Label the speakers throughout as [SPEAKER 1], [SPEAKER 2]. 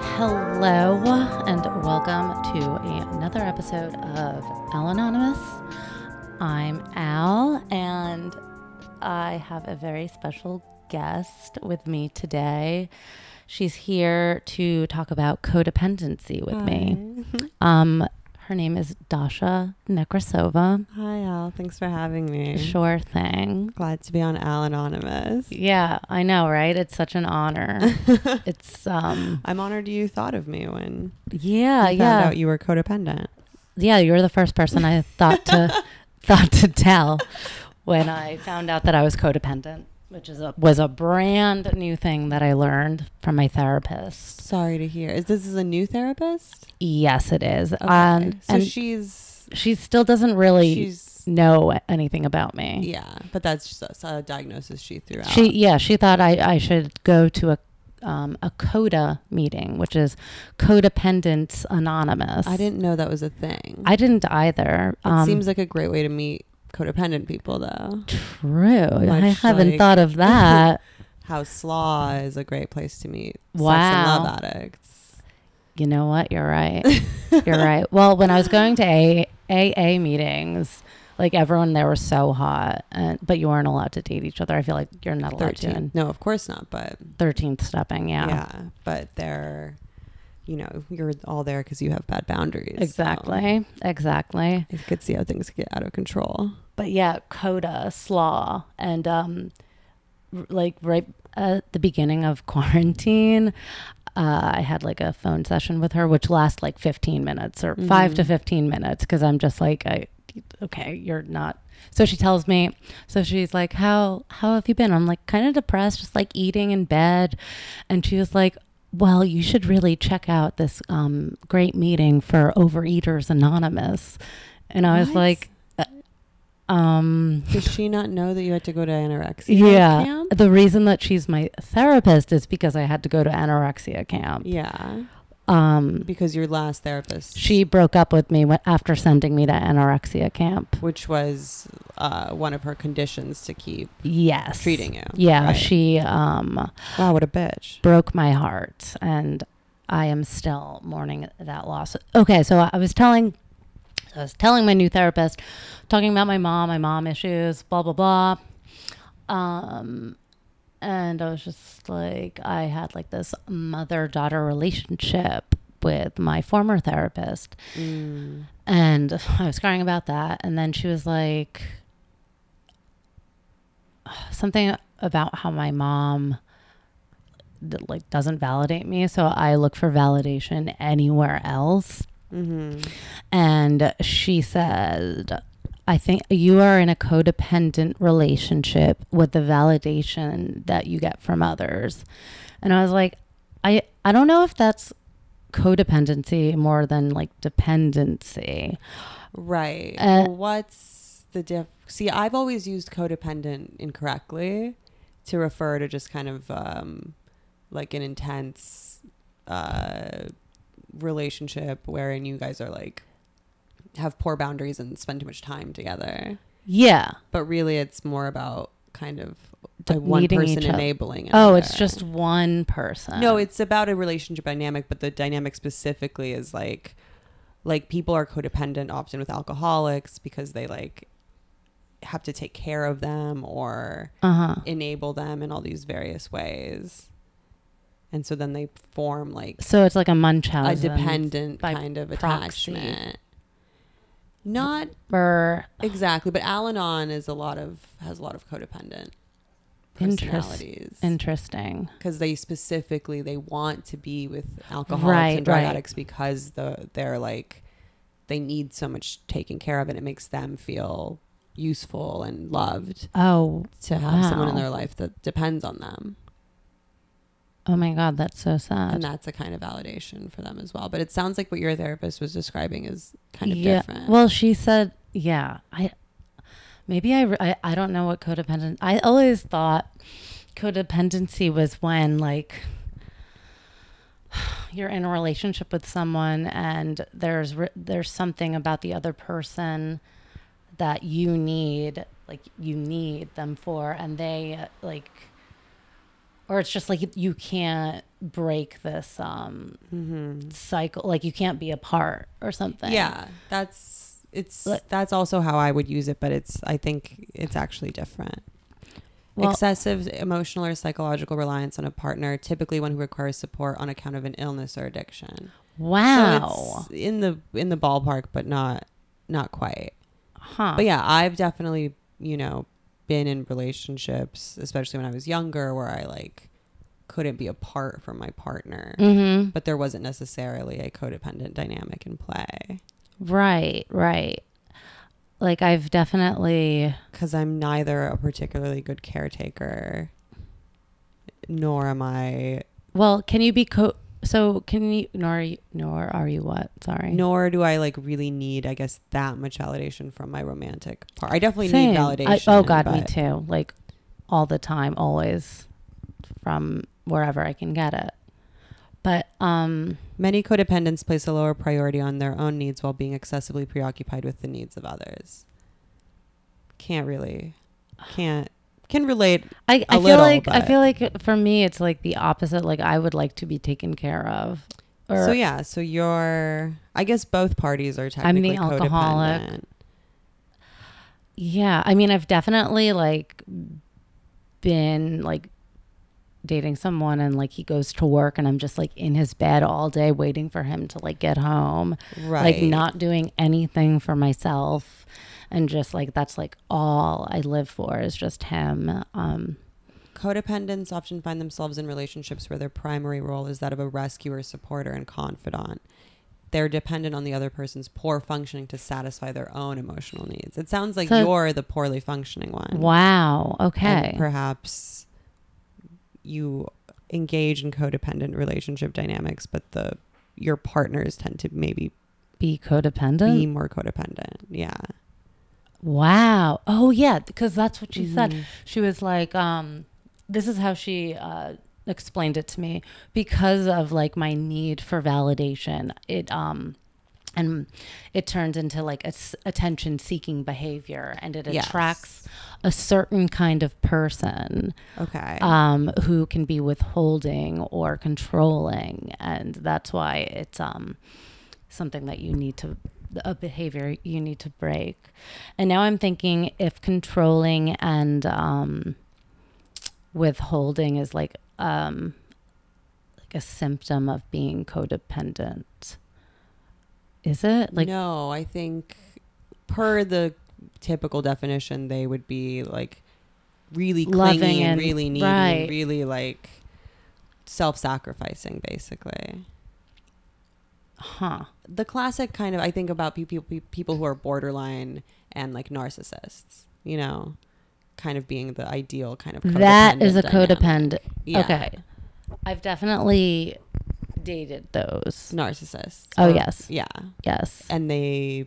[SPEAKER 1] Hello, and welcome to another episode of Al Anonymous. I'm Al, and I have a very special guest with me today. She's here to talk about codependency with me. Um, her name is Dasha Nekrasova.
[SPEAKER 2] Hi, Al. Thanks for having me.
[SPEAKER 1] Sure thing.
[SPEAKER 2] Glad to be on Al Anonymous.
[SPEAKER 1] Yeah, I know, right? It's such an honor. it's um
[SPEAKER 2] I'm honored you thought of me when
[SPEAKER 1] yeah,
[SPEAKER 2] I
[SPEAKER 1] yeah.
[SPEAKER 2] found out you were codependent.
[SPEAKER 1] yeah, you're the first person I thought to thought to tell when I found out that I was codependent, which is a, was a brand new thing that I learned from my therapist.
[SPEAKER 2] Sorry to hear. Is this is a new therapist?
[SPEAKER 1] Yes, it is,
[SPEAKER 2] Okay.
[SPEAKER 1] and
[SPEAKER 2] so
[SPEAKER 1] and
[SPEAKER 2] she's
[SPEAKER 1] she still doesn't really
[SPEAKER 2] she's
[SPEAKER 1] know anything about me.
[SPEAKER 2] yeah, but that's just a- a, diagnosis she threw out.
[SPEAKER 1] She yeah, she thought I I should go to a um, a CODA meeting, which is Codependence Anonymous.
[SPEAKER 2] I didn't know that was a thing.
[SPEAKER 1] I didn't either. Um,
[SPEAKER 2] it seems like a great way to meet codependent people though.
[SPEAKER 1] true. I
[SPEAKER 2] much
[SPEAKER 1] haven't
[SPEAKER 2] like-
[SPEAKER 1] thought of that.
[SPEAKER 2] How slaw is a great place to meet
[SPEAKER 1] Wow.
[SPEAKER 2] sex and love addicts.
[SPEAKER 1] You know what? You're right. You're right. Well, when I was going to a- AA meetings, like everyone there was so hot, and, but you weren't allowed to date each other. I feel like you're not allowed to
[SPEAKER 2] Thirteen.
[SPEAKER 1] in
[SPEAKER 2] No, of course not, but
[SPEAKER 1] 13th stepping. Yeah.
[SPEAKER 2] but they're you know you're all there because you have bad boundaries so
[SPEAKER 1] Exactly. Exactly.
[SPEAKER 2] i could see how things get out of control
[SPEAKER 1] But yeah, Coda, Slaw, and um, r- like right at the beginning of quarantine, uh, I had like a phone session with her, which lasts like 15 minutes or five
[SPEAKER 2] Mhm.
[SPEAKER 1] to 15 minutes because I'm just like, I, okay, you're not. So she tells me, so she's like, how, how have you been? I'm like kind of depressed, just like eating in bed. And she was like, well, you should really check out this um, great meeting for Overeaters Anonymous. And I was
[SPEAKER 2] What?
[SPEAKER 1] like, uh, um,
[SPEAKER 2] did she not know that you had to go to anorexia
[SPEAKER 1] yeah.
[SPEAKER 2] camp?
[SPEAKER 1] The reason that she's my therapist is because I had to go to anorexia camp.
[SPEAKER 2] yeah
[SPEAKER 1] Um,
[SPEAKER 2] because your last therapist
[SPEAKER 1] she broke up with me when, after sending me to anorexia camp.
[SPEAKER 2] which was uh, one of her conditions to keep
[SPEAKER 1] Yes.
[SPEAKER 2] treating you
[SPEAKER 1] Yeah,
[SPEAKER 2] right?
[SPEAKER 1] she um,
[SPEAKER 2] wow what a bitch
[SPEAKER 1] broke my heart, and I am still mourning that loss. Okay, so I- I was telling, I was telling my new therapist, talking about my mom, my mom issues, blah blah blah, um, and I was just like, I had like this mother-daughter relationship with my former therapist,
[SPEAKER 2] Mm.
[SPEAKER 1] and I was crying about that. And then she was like, something about how my mom that, like doesn't validate me so i look for validation anywhere else
[SPEAKER 2] hmm
[SPEAKER 1] and she said i think you are in a codependent relationship with the validation that you get from others and i was like i i don't know if that's codependency more than like dependency
[SPEAKER 2] right
[SPEAKER 1] Uh,
[SPEAKER 2] what's the diff see i've always used codependent incorrectly to refer to just kind of um like an intense uh relationship wherein you guys are like have poor boundaries and spend too much time together
[SPEAKER 1] yeah
[SPEAKER 2] but really it's more about kind of
[SPEAKER 1] D-
[SPEAKER 2] a one
[SPEAKER 1] needing
[SPEAKER 2] person
[SPEAKER 1] each other.
[SPEAKER 2] enabling
[SPEAKER 1] Oh, it's
[SPEAKER 2] another.
[SPEAKER 1] just one person.
[SPEAKER 2] No, it's about a relationship dynamic, but the dynamic specifically is like like people are codependent often with alcoholics because they like have to take care of them or
[SPEAKER 1] uh huh.
[SPEAKER 2] enable them in all these various ways. And so then they form like
[SPEAKER 1] So it's like a
[SPEAKER 2] a
[SPEAKER 1] Munchausen
[SPEAKER 2] dependent
[SPEAKER 1] by
[SPEAKER 2] kind of
[SPEAKER 1] proxy.
[SPEAKER 2] attachment. Not
[SPEAKER 1] or
[SPEAKER 2] exactly, but Al Anon is a lot of has a lot of codependent
[SPEAKER 1] Interest-
[SPEAKER 2] personalities.
[SPEAKER 1] interesting.
[SPEAKER 2] because they specifically they want to be with alcoholics
[SPEAKER 1] Right,
[SPEAKER 2] and drug
[SPEAKER 1] right.
[SPEAKER 2] addicts because the they're like they need so much taken care of and it makes them feel useful and loved
[SPEAKER 1] Oh,
[SPEAKER 2] to have someone in
[SPEAKER 1] Wow.
[SPEAKER 2] their life that depends on them
[SPEAKER 1] oh my God, that's so
[SPEAKER 2] and
[SPEAKER 1] sad.
[SPEAKER 2] that's a kind of validation for them as well but it sounds like what your therapist was describing is kind of
[SPEAKER 1] yeah.
[SPEAKER 2] different
[SPEAKER 1] Well, she said, yeah. I maybe I, re- I I don't know what codependent. I always thought codependency was when like you're in a relationship with someone and there's re- there's something about the other person that you need like you need them for and they uh, like or it's just like you can't break this um
[SPEAKER 2] Mm-hmm.
[SPEAKER 1] cycle like you can't be apart or something
[SPEAKER 2] Yeah, that's it's
[SPEAKER 1] Look-
[SPEAKER 2] that's also how I would use it, but it's I think it's actually different.
[SPEAKER 1] Well-
[SPEAKER 2] Excessive emotional or psychological reliance on a partner, typically one who requires support on account of an illness or addiction.
[SPEAKER 1] wow
[SPEAKER 2] So it's in the in the ballpark, but not not quite.
[SPEAKER 1] huh
[SPEAKER 2] But yeah, I've definitely you know been in relationships, especially when I was younger, where I like couldn't be apart from my partner.
[SPEAKER 1] mm-hmm.
[SPEAKER 2] But there wasn't necessarily a codependent dynamic in play.
[SPEAKER 1] right right like i've definitely
[SPEAKER 2] because I'm neither a particularly good caretaker, nor am I,
[SPEAKER 1] well can you be co so can you nor are you, nor are you what sorry
[SPEAKER 2] nor do I like really need, I guess, that much validation from my romantic part. I definitely
[SPEAKER 1] Same.
[SPEAKER 2] need
[SPEAKER 1] I-
[SPEAKER 2] validation.
[SPEAKER 1] oh god, me
[SPEAKER 2] but-
[SPEAKER 1] too. Like all the time, always from wherever I can get it. But um
[SPEAKER 2] Many codependents place a lower priority on their own needs while being excessively preoccupied with the needs of others. Can't really, can't, can relate.
[SPEAKER 1] I, I
[SPEAKER 2] A
[SPEAKER 1] feel
[SPEAKER 2] little,
[SPEAKER 1] like I
[SPEAKER 2] but-
[SPEAKER 1] feel like for me it's like the opposite. Like I would like to be taken care of. Or
[SPEAKER 2] so yeah, so you're, I guess both parties are
[SPEAKER 1] I'm the
[SPEAKER 2] technically
[SPEAKER 1] alcoholic.
[SPEAKER 2] codependent.
[SPEAKER 1] yeah, I mean I've definitely like been like dating someone and like he goes to work and I'm just like in his bed all day waiting for him to like get home.
[SPEAKER 2] Right.
[SPEAKER 1] like not doing anything for myself and just like that's like all i live for is just him um
[SPEAKER 2] Codependents often find themselves in relationships where their primary role is that of a rescuer, supporter, and confidant. They're dependent on the other person's poor functioning to satisfy their own emotional needs. It sounds like
[SPEAKER 1] So-
[SPEAKER 2] you're the poorly functioning one.
[SPEAKER 1] wow
[SPEAKER 2] And
[SPEAKER 1] okay
[SPEAKER 2] perhaps you engage in codependent relationship dynamics, but the your partners tend to maybe
[SPEAKER 1] be codependent
[SPEAKER 2] be more codependent. Yeah.
[SPEAKER 1] wow oh yeah because that's what she said
[SPEAKER 2] Mhm.
[SPEAKER 1] she was like um this is how she uh explained it to me because of like my need for validation it um and it turns into like a attention seeking behavior and it
[SPEAKER 2] Yes.
[SPEAKER 1] attracts a certain kind of person
[SPEAKER 2] Okay.
[SPEAKER 1] um, who can be withholding or controlling, and that's why it's um, something that you need to a behavior you need to break. And now I'm thinking if controlling and um, withholding is like um, like a symptom of being codependent, is it like
[SPEAKER 2] no i think per the typical definition they would be like really
[SPEAKER 1] Loving
[SPEAKER 2] clingy and,
[SPEAKER 1] and-
[SPEAKER 2] really needy
[SPEAKER 1] right.
[SPEAKER 2] and really like self-sacrificing basically
[SPEAKER 1] huh?
[SPEAKER 2] the classic kind of i think about people people who are borderline and like narcissists you know kind of being the ideal kind of
[SPEAKER 1] That is a
[SPEAKER 2] codependent dynamic.
[SPEAKER 1] codependent.
[SPEAKER 2] Yeah.
[SPEAKER 1] Okay, I've definitely dated
[SPEAKER 2] Mm.
[SPEAKER 1] those.
[SPEAKER 2] narcissists
[SPEAKER 1] Oh,
[SPEAKER 2] Or-
[SPEAKER 1] yes.
[SPEAKER 2] yeah
[SPEAKER 1] Yes.
[SPEAKER 2] and they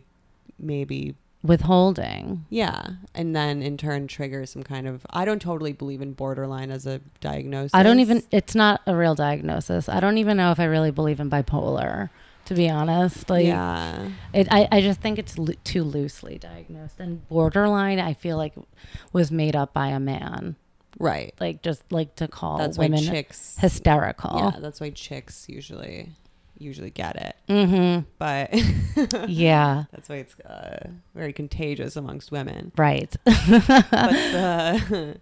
[SPEAKER 2] maybe
[SPEAKER 1] withholding.
[SPEAKER 2] Yeah, and then in turn triggers some kind of. I don't totally believe in borderline as a diagnosis.
[SPEAKER 1] I don't even, it's not a real diagnosis. I don't even know if I really believe in bipolar, to be honest. Like,
[SPEAKER 2] yeah,
[SPEAKER 1] it, I, I just think it's lo- too loosely diagnosed. And borderline, I feel like, was made up by a man.
[SPEAKER 2] right.
[SPEAKER 1] Like, just like to call
[SPEAKER 2] That's why
[SPEAKER 1] women
[SPEAKER 2] chicks.
[SPEAKER 1] hysterical.
[SPEAKER 2] Yeah, that's why chicks usually usually get it,
[SPEAKER 1] Yeah.
[SPEAKER 2] but
[SPEAKER 1] hmm Mm-hmm. yeah.
[SPEAKER 2] that's why it's uh, very contagious amongst women.
[SPEAKER 1] Right.
[SPEAKER 2] But the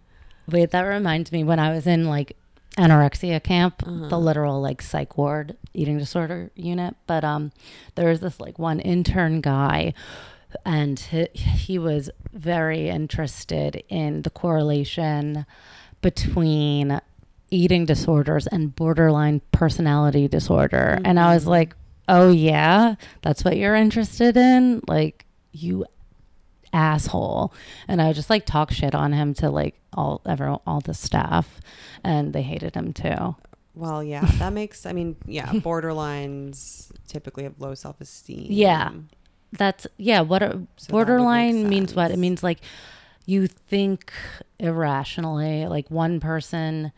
[SPEAKER 1] Wait, that reminds me when I was in like anorexia camp,
[SPEAKER 2] Uh-huh.
[SPEAKER 1] the literal like psych ward eating disorder unit. But um, there was this like one intern guy, and he, he was very interested in the correlation between eating disorders and borderline personality disorder. And I was
[SPEAKER 2] Mhm.
[SPEAKER 1] like, oh, yeah, that's what you're interested in? Like, you asshole and i would just like talk shit on him to like all everyone all the staff and they hated him too
[SPEAKER 2] well, yeah, that makes. I mean, yeah, borderlines typically have low self esteem.
[SPEAKER 1] Yeah. that's yeah what a,
[SPEAKER 2] So that would make
[SPEAKER 1] borderline means what it
[SPEAKER 2] sense.
[SPEAKER 1] means like you think irrationally like one person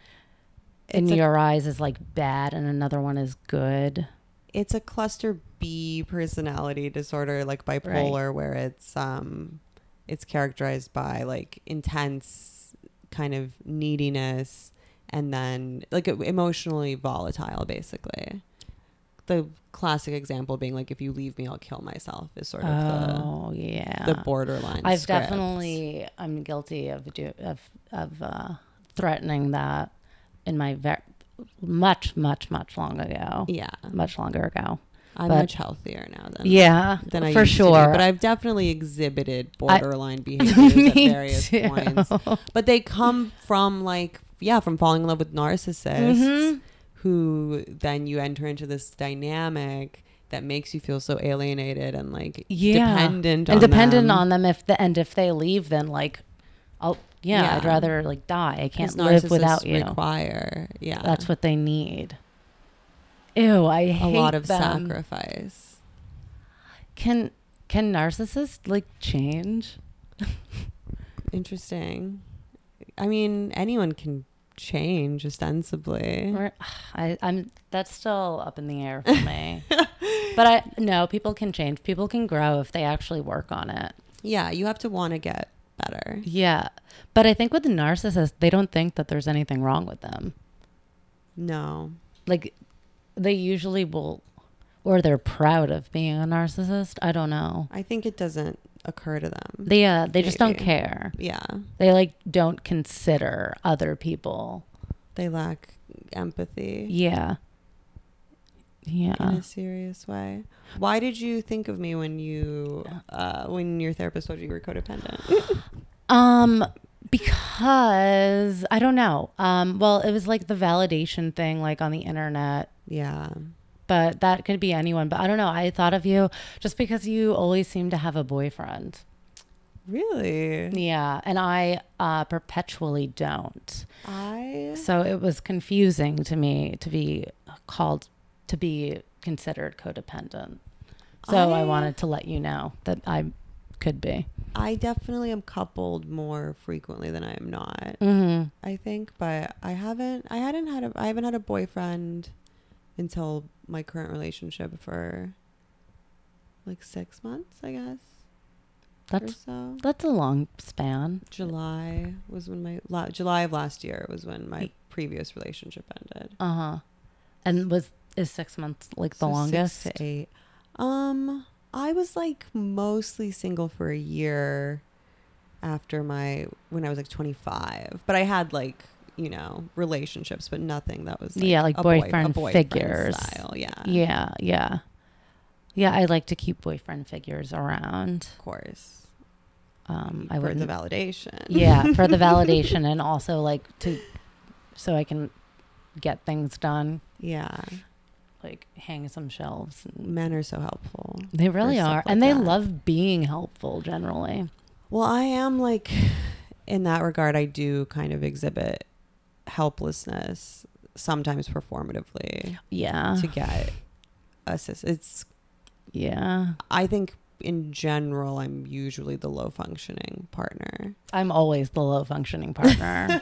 [SPEAKER 1] in
[SPEAKER 2] It's a-
[SPEAKER 1] your eyes is like bad and another one is good
[SPEAKER 2] it's a cluster B personality disorder like bipolar where it's um it's characterized by like intense kind of neediness and then like emotionally volatile basically the classic example being like if you leave me i'll kill myself is sort of
[SPEAKER 1] oh yeah.
[SPEAKER 2] the, the borderline
[SPEAKER 1] I've
[SPEAKER 2] script.
[SPEAKER 1] definitely I'm guilty of do, of of uh, threatening that in my ver- much much much long ago,
[SPEAKER 2] yeah
[SPEAKER 1] much longer ago.
[SPEAKER 2] i'm
[SPEAKER 1] but-
[SPEAKER 2] much healthier now than
[SPEAKER 1] yeah,
[SPEAKER 2] than I
[SPEAKER 1] for
[SPEAKER 2] used to do,
[SPEAKER 1] sure.
[SPEAKER 2] but I've definitely exhibited borderline behaviors at
[SPEAKER 1] Me
[SPEAKER 2] various
[SPEAKER 1] too.
[SPEAKER 2] points. But they come from like yeah, from falling in love with narcissists
[SPEAKER 1] Mhm.
[SPEAKER 2] who then you enter into this dynamic that makes you feel so alienated and like
[SPEAKER 1] Yeah.
[SPEAKER 2] dependent
[SPEAKER 1] and
[SPEAKER 2] on
[SPEAKER 1] dependent
[SPEAKER 2] them.
[SPEAKER 1] on them if the and if they leave, then like, I'll yeah, I'd
[SPEAKER 2] Yeah.
[SPEAKER 1] rather like die. I can't
[SPEAKER 2] Because
[SPEAKER 1] live
[SPEAKER 2] narcissists
[SPEAKER 1] without you.
[SPEAKER 2] Require yeah,
[SPEAKER 1] That's what they need. Ew, I
[SPEAKER 2] a
[SPEAKER 1] hate
[SPEAKER 2] lot of
[SPEAKER 1] them.
[SPEAKER 2] sacrifice.
[SPEAKER 1] Can can narcissists like change?
[SPEAKER 2] Interesting. I mean, anyone can change ostensibly.
[SPEAKER 1] Or- I, I'm that's still up in the air for me. but I no, people can change. People can grow if they actually work on it.
[SPEAKER 2] Yeah, you have to want to get better.
[SPEAKER 1] Yeah. But I think with the narcissist, they don't think that there's anything wrong with them.
[SPEAKER 2] No.
[SPEAKER 1] Like they usually will or they're proud of being a narcissist. I don't know.
[SPEAKER 2] I think it doesn't occur to them.
[SPEAKER 1] They uh they just don't
[SPEAKER 2] Maybe.
[SPEAKER 1] care.
[SPEAKER 2] yeah,
[SPEAKER 1] They like don't consider other people.
[SPEAKER 2] they lack empathy
[SPEAKER 1] Yeah.
[SPEAKER 2] in
[SPEAKER 1] Yeah.
[SPEAKER 2] a serious way. Why did you think of me when you uh, when your therapist told you you were codependent?
[SPEAKER 1] Um, because I don't know. Um, well, it was like the validation thing, like on the internet,
[SPEAKER 2] yeah,
[SPEAKER 1] but that could be anyone. But I don't know. I thought of you just because you always seem to have a boyfriend.
[SPEAKER 2] really.
[SPEAKER 1] Yeah, and I uh, perpetually don't.
[SPEAKER 2] I
[SPEAKER 1] So it was confusing to me to be called to be considered codependent. So I,
[SPEAKER 2] I-
[SPEAKER 1] wanted to let you know that I could be.
[SPEAKER 2] I definitely am coupled more frequently than I am not.
[SPEAKER 1] Mm-hmm.
[SPEAKER 2] I think, but I haven't. I hadn't had a. I haven't had a boyfriend until my current relationship for like six months, I guess, or
[SPEAKER 1] That's
[SPEAKER 2] so.
[SPEAKER 1] that's a long span.
[SPEAKER 2] July was when my la- July of last year was when my
[SPEAKER 1] Y-
[SPEAKER 2] previous relationship ended.
[SPEAKER 1] Uh huh. And was is six months like the
[SPEAKER 2] Uh-huh. So
[SPEAKER 1] longest?
[SPEAKER 2] six to eight. Um, I was like mostly single for a year after my when I was like twenty five, but I had like you know relationships, but nothing that was
[SPEAKER 1] Yeah, like
[SPEAKER 2] a boy- a
[SPEAKER 1] boyfriend figures.
[SPEAKER 2] style. Yeah,
[SPEAKER 1] Yeah, yeah, yeah. I like to keep boyfriend figures around.
[SPEAKER 2] of course.
[SPEAKER 1] Um, I
[SPEAKER 2] for the
[SPEAKER 1] would.
[SPEAKER 2] validation.
[SPEAKER 1] yeah, for the validation and also like to, so I can get things done,
[SPEAKER 2] yeah.
[SPEAKER 1] like hang some shelves. And
[SPEAKER 2] Men are so helpful.
[SPEAKER 1] they really
[SPEAKER 2] stuff
[SPEAKER 1] are,
[SPEAKER 2] like
[SPEAKER 1] and they
[SPEAKER 2] that.
[SPEAKER 1] love being helpful generally.
[SPEAKER 2] Well, I am like, in that regard, I do kind of exhibit helplessness, sometimes performatively,
[SPEAKER 1] Yeah,
[SPEAKER 2] to get assist. It's,
[SPEAKER 1] yeah.
[SPEAKER 2] I think, in general, I'm usually the low functioning partner.
[SPEAKER 1] I'm always the low functioning partner.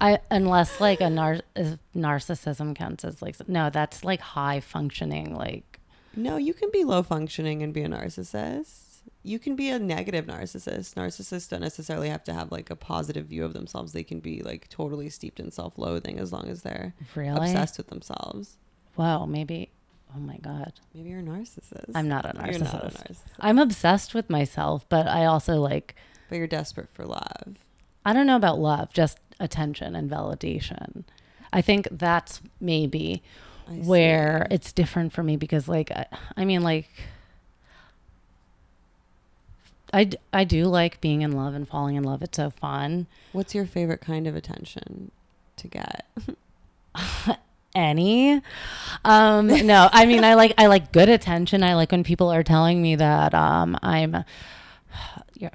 [SPEAKER 1] I unless like a nar- if narcissism counts as like no, that's like high functioning like
[SPEAKER 2] No, you can be low functioning and be a narcissist. You can be a negative narcissist. Narcissists don't necessarily have to have like a positive view of themselves. They can be like totally steeped in self loathing as long as they're
[SPEAKER 1] really.
[SPEAKER 2] obsessed with themselves.
[SPEAKER 1] Wow, maybe. Oh my god,
[SPEAKER 2] Maybe you're a narcissist.
[SPEAKER 1] I'm not a
[SPEAKER 2] You're not a
[SPEAKER 1] narcissist.
[SPEAKER 2] narcissist.
[SPEAKER 1] I'm obsessed with myself, but I also like
[SPEAKER 2] But you're desperate for love.
[SPEAKER 1] I don't know about love, just attention and validation. I think that's maybe
[SPEAKER 2] I see.
[SPEAKER 1] where it's different for me because like I, I mean like I, d- I do like being in love and falling in love. It's so fun.
[SPEAKER 2] What's your favorite kind of attention to get?
[SPEAKER 1] any um no i mean i like i like good attention i like when people are telling me that um i'm you're,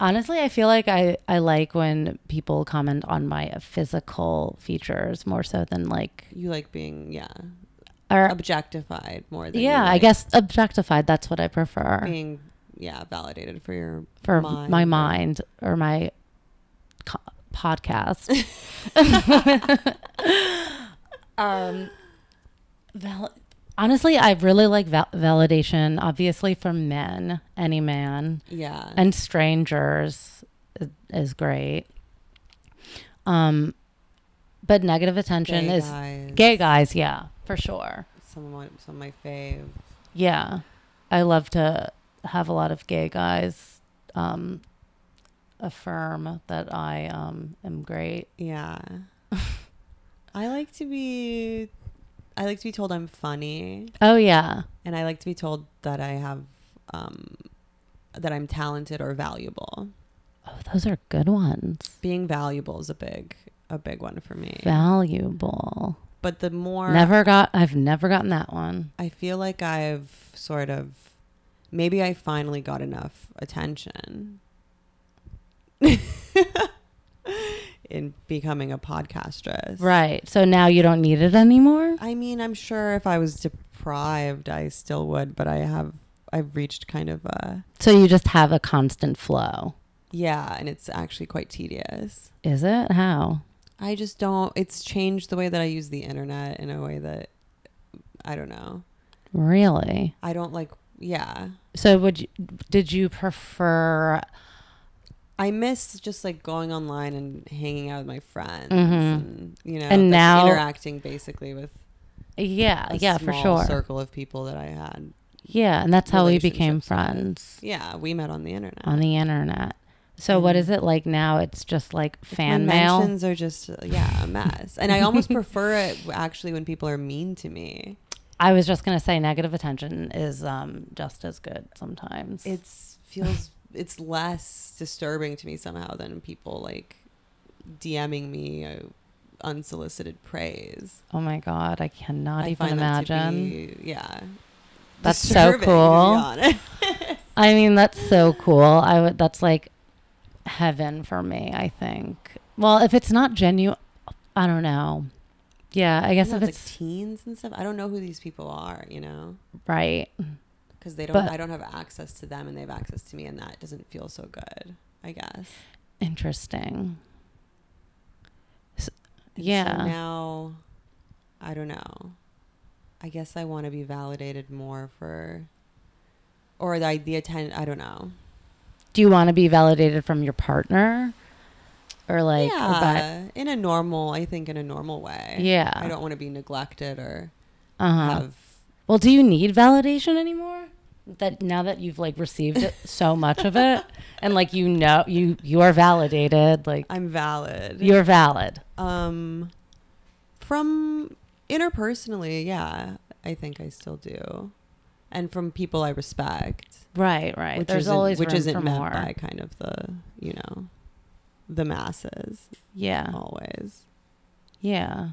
[SPEAKER 1] honestly i feel like i i like when people comment on my physical features more so than like
[SPEAKER 2] You like being, yeah,
[SPEAKER 1] or
[SPEAKER 2] objectified more than you
[SPEAKER 1] yeah i
[SPEAKER 2] like
[SPEAKER 1] guess objectified that's what i prefer
[SPEAKER 2] being, yeah, validated for your
[SPEAKER 1] for
[SPEAKER 2] mind
[SPEAKER 1] my
[SPEAKER 2] or-
[SPEAKER 1] mind or my co- podcast. um, val- honestly, I really like val- validation, obviously, from men, any man,
[SPEAKER 2] yeah.
[SPEAKER 1] and strangers is, is great. Um, But negative attention
[SPEAKER 2] Gay
[SPEAKER 1] is
[SPEAKER 2] guys.
[SPEAKER 1] gay guys, yeah, for sure.
[SPEAKER 2] Some of my some of my fave.
[SPEAKER 1] Yeah. I love to have a lot of gay guys um, affirm that I um, am great.
[SPEAKER 2] Yeah. I like to be I like to be told I'm funny
[SPEAKER 1] Oh, yeah.
[SPEAKER 2] and I like to be told that I have um that I'm talented or valuable.
[SPEAKER 1] Oh, those are good ones.
[SPEAKER 2] Being valuable is a big a big one for me.
[SPEAKER 1] Valuable.
[SPEAKER 2] but the more
[SPEAKER 1] Never got, I've never gotten that one.
[SPEAKER 2] I feel like I've sort of maybe I finally got enough attention in becoming a podcastress.
[SPEAKER 1] Right. So now you don't need it anymore?
[SPEAKER 2] I mean, I'm sure if I was deprived, I still would, but I have I've reached kind of a
[SPEAKER 1] So you just have a constant flow.
[SPEAKER 2] yeah, and it's actually quite tedious.
[SPEAKER 1] Is it? How?
[SPEAKER 2] I just don't it's changed the way that I use the internet in a way that I don't know.
[SPEAKER 1] Really?
[SPEAKER 2] I don't like yeah.
[SPEAKER 1] So would you, did you prefer
[SPEAKER 2] I miss just like going online and hanging out with my friends,
[SPEAKER 1] Mhm.
[SPEAKER 2] and, you know,
[SPEAKER 1] And
[SPEAKER 2] like,
[SPEAKER 1] now-
[SPEAKER 2] interacting basically with
[SPEAKER 1] yeah,
[SPEAKER 2] a
[SPEAKER 1] yeah, for
[SPEAKER 2] small
[SPEAKER 1] sure.
[SPEAKER 2] circle of people that I had.
[SPEAKER 1] Yeah, and that's how we became
[SPEAKER 2] relationships with.
[SPEAKER 1] friends
[SPEAKER 2] Yeah, we met on the internet.
[SPEAKER 1] on the internet. So what is it like now? It's just like fan
[SPEAKER 2] my
[SPEAKER 1] mail.
[SPEAKER 2] Mm-hmm. mentions are just uh, yeah a mess, and I almost prefer it actually when people are mean to me.
[SPEAKER 1] I was just gonna say negative attention is um, just as good sometimes.
[SPEAKER 2] It's feels it's less disturbing to me somehow than people like DMing me uh, unsolicited praise.
[SPEAKER 1] oh my god, I cannot
[SPEAKER 2] I
[SPEAKER 1] even
[SPEAKER 2] find that to
[SPEAKER 1] imagine.
[SPEAKER 2] be- yeah,
[SPEAKER 1] That's so
[SPEAKER 2] disturbing, to be
[SPEAKER 1] cool.
[SPEAKER 2] honest.
[SPEAKER 1] I mean, that's so cool. I would. That's like heaven for me. I think. Well, if it's not genuine, I don't know. Yeah, I guess
[SPEAKER 2] know,
[SPEAKER 1] if
[SPEAKER 2] like,
[SPEAKER 1] it's
[SPEAKER 2] teens and stuff. I don't know who these people are, you know,
[SPEAKER 1] right,
[SPEAKER 2] because they don't.
[SPEAKER 1] But-
[SPEAKER 2] I don't have access to them, and they have access to me, and that doesn't feel so good. I guess.
[SPEAKER 1] interesting.
[SPEAKER 2] And so
[SPEAKER 1] Yeah.
[SPEAKER 2] now, I don't know. I guess I want to be validated more for, or the the attend. I don't know.
[SPEAKER 1] Do you want to be validated from your partner, or like, but
[SPEAKER 2] yeah, in a normal. I think in a normal way.
[SPEAKER 1] yeah,
[SPEAKER 2] I don't want to be neglected or
[SPEAKER 1] Uh-huh.
[SPEAKER 2] have.
[SPEAKER 1] Well, do you need validation anymore? That now that you've like received it, so much of it, and like you know you you are validated, like
[SPEAKER 2] I'm valid.
[SPEAKER 1] you're valid.
[SPEAKER 2] um from interpersonally yeah i think i still do and from people i respect
[SPEAKER 1] Right, right.
[SPEAKER 2] which
[SPEAKER 1] There's
[SPEAKER 2] isn't,
[SPEAKER 1] always
[SPEAKER 2] which
[SPEAKER 1] room
[SPEAKER 2] isn't
[SPEAKER 1] for
[SPEAKER 2] meant
[SPEAKER 1] more.
[SPEAKER 2] by kind of the you know the masses
[SPEAKER 1] yeah,
[SPEAKER 2] always
[SPEAKER 1] yeah.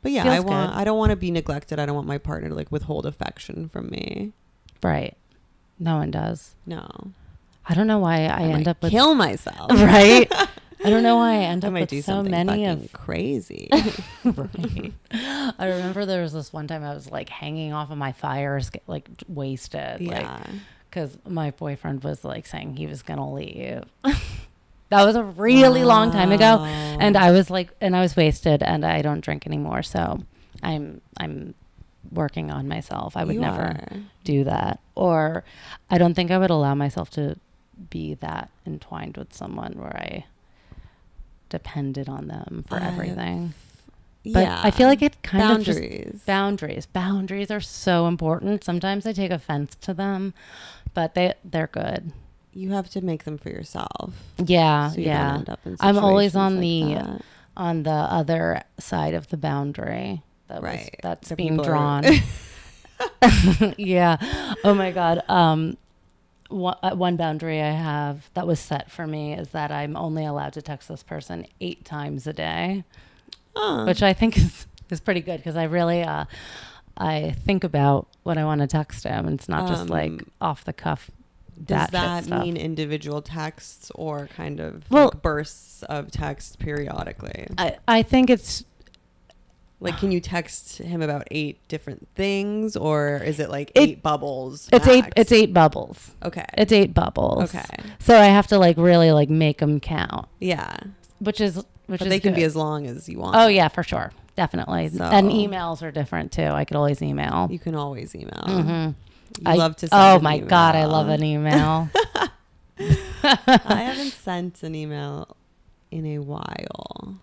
[SPEAKER 2] but yeah i
[SPEAKER 1] Feels
[SPEAKER 2] want
[SPEAKER 1] good.
[SPEAKER 2] i don't want to be neglected i don't want my partner to like withhold affection from me
[SPEAKER 1] Right. No one does.
[SPEAKER 2] no
[SPEAKER 1] I don't know why I,
[SPEAKER 2] I
[SPEAKER 1] end
[SPEAKER 2] might
[SPEAKER 1] up with
[SPEAKER 2] kill myself
[SPEAKER 1] right. I don't know why I end
[SPEAKER 2] i
[SPEAKER 1] up
[SPEAKER 2] might
[SPEAKER 1] with
[SPEAKER 2] do
[SPEAKER 1] so
[SPEAKER 2] something
[SPEAKER 1] many of
[SPEAKER 2] fucking crazy
[SPEAKER 1] right. I remember there was this one time I was like hanging off of my fire, escape, like wasted, like
[SPEAKER 2] yeah
[SPEAKER 1] because my boyfriend was like saying he was gonna leave. that was a really long time ago, and I was like, and I was wasted, and I don't drink anymore, so I'm I'm working on myself. I would
[SPEAKER 2] You
[SPEAKER 1] never
[SPEAKER 2] are.
[SPEAKER 1] do that, or I don't think I would allow myself to be that entwined with someone where I depended on them for
[SPEAKER 2] I-
[SPEAKER 1] everything. But I feel
[SPEAKER 2] Yeah.
[SPEAKER 1] like it kind of just
[SPEAKER 2] boundaries
[SPEAKER 1] boundaries. Boundaries are so important. Sometimes I take offense to them, but they they're good.
[SPEAKER 2] you have to make them for yourself
[SPEAKER 1] Yeah,
[SPEAKER 2] so you don't
[SPEAKER 1] yeah.
[SPEAKER 2] end up in
[SPEAKER 1] I'm always
[SPEAKER 2] situations
[SPEAKER 1] on
[SPEAKER 2] like
[SPEAKER 1] the-
[SPEAKER 2] that.
[SPEAKER 1] On the other side of the boundary, that was-
[SPEAKER 2] Right.
[SPEAKER 1] that's
[SPEAKER 2] The
[SPEAKER 1] being
[SPEAKER 2] people are-
[SPEAKER 1] drawn. yeah. Oh my god. Um, one, uh, one boundary I have that was set for me is that I'm only allowed to text this person eight times a day.
[SPEAKER 2] Oh,
[SPEAKER 1] which I think is is pretty good because I really uh, I think about what I want to text him, and it's not just like
[SPEAKER 2] Um,
[SPEAKER 1] off the cuff.
[SPEAKER 2] does
[SPEAKER 1] batshit
[SPEAKER 2] that
[SPEAKER 1] stuff.
[SPEAKER 2] mean individual texts or kind of
[SPEAKER 1] Well-
[SPEAKER 2] like bursts of text periodically?
[SPEAKER 1] I I think it's
[SPEAKER 2] Like, can you text him about eight different things, or is it like
[SPEAKER 1] It-
[SPEAKER 2] eight bubbles?
[SPEAKER 1] it's eight
[SPEAKER 2] max?
[SPEAKER 1] it's eight bubbles.
[SPEAKER 2] Okay.
[SPEAKER 1] It's eight bubbles.
[SPEAKER 2] okay.
[SPEAKER 1] So I have to like really like make them count,
[SPEAKER 2] Yeah,
[SPEAKER 1] which is which
[SPEAKER 2] but
[SPEAKER 1] is
[SPEAKER 2] they can be
[SPEAKER 1] good.
[SPEAKER 2] as long as you want.
[SPEAKER 1] oh yeah for sure definitely and
[SPEAKER 2] So-
[SPEAKER 1] emails are different too. I could always email.
[SPEAKER 2] You can always email.
[SPEAKER 1] hmm
[SPEAKER 2] You
[SPEAKER 1] I
[SPEAKER 2] love to. Send
[SPEAKER 1] Oh
[SPEAKER 2] an
[SPEAKER 1] my god, I love
[SPEAKER 2] email.
[SPEAKER 1] an email.
[SPEAKER 2] I haven't sent an email in a while.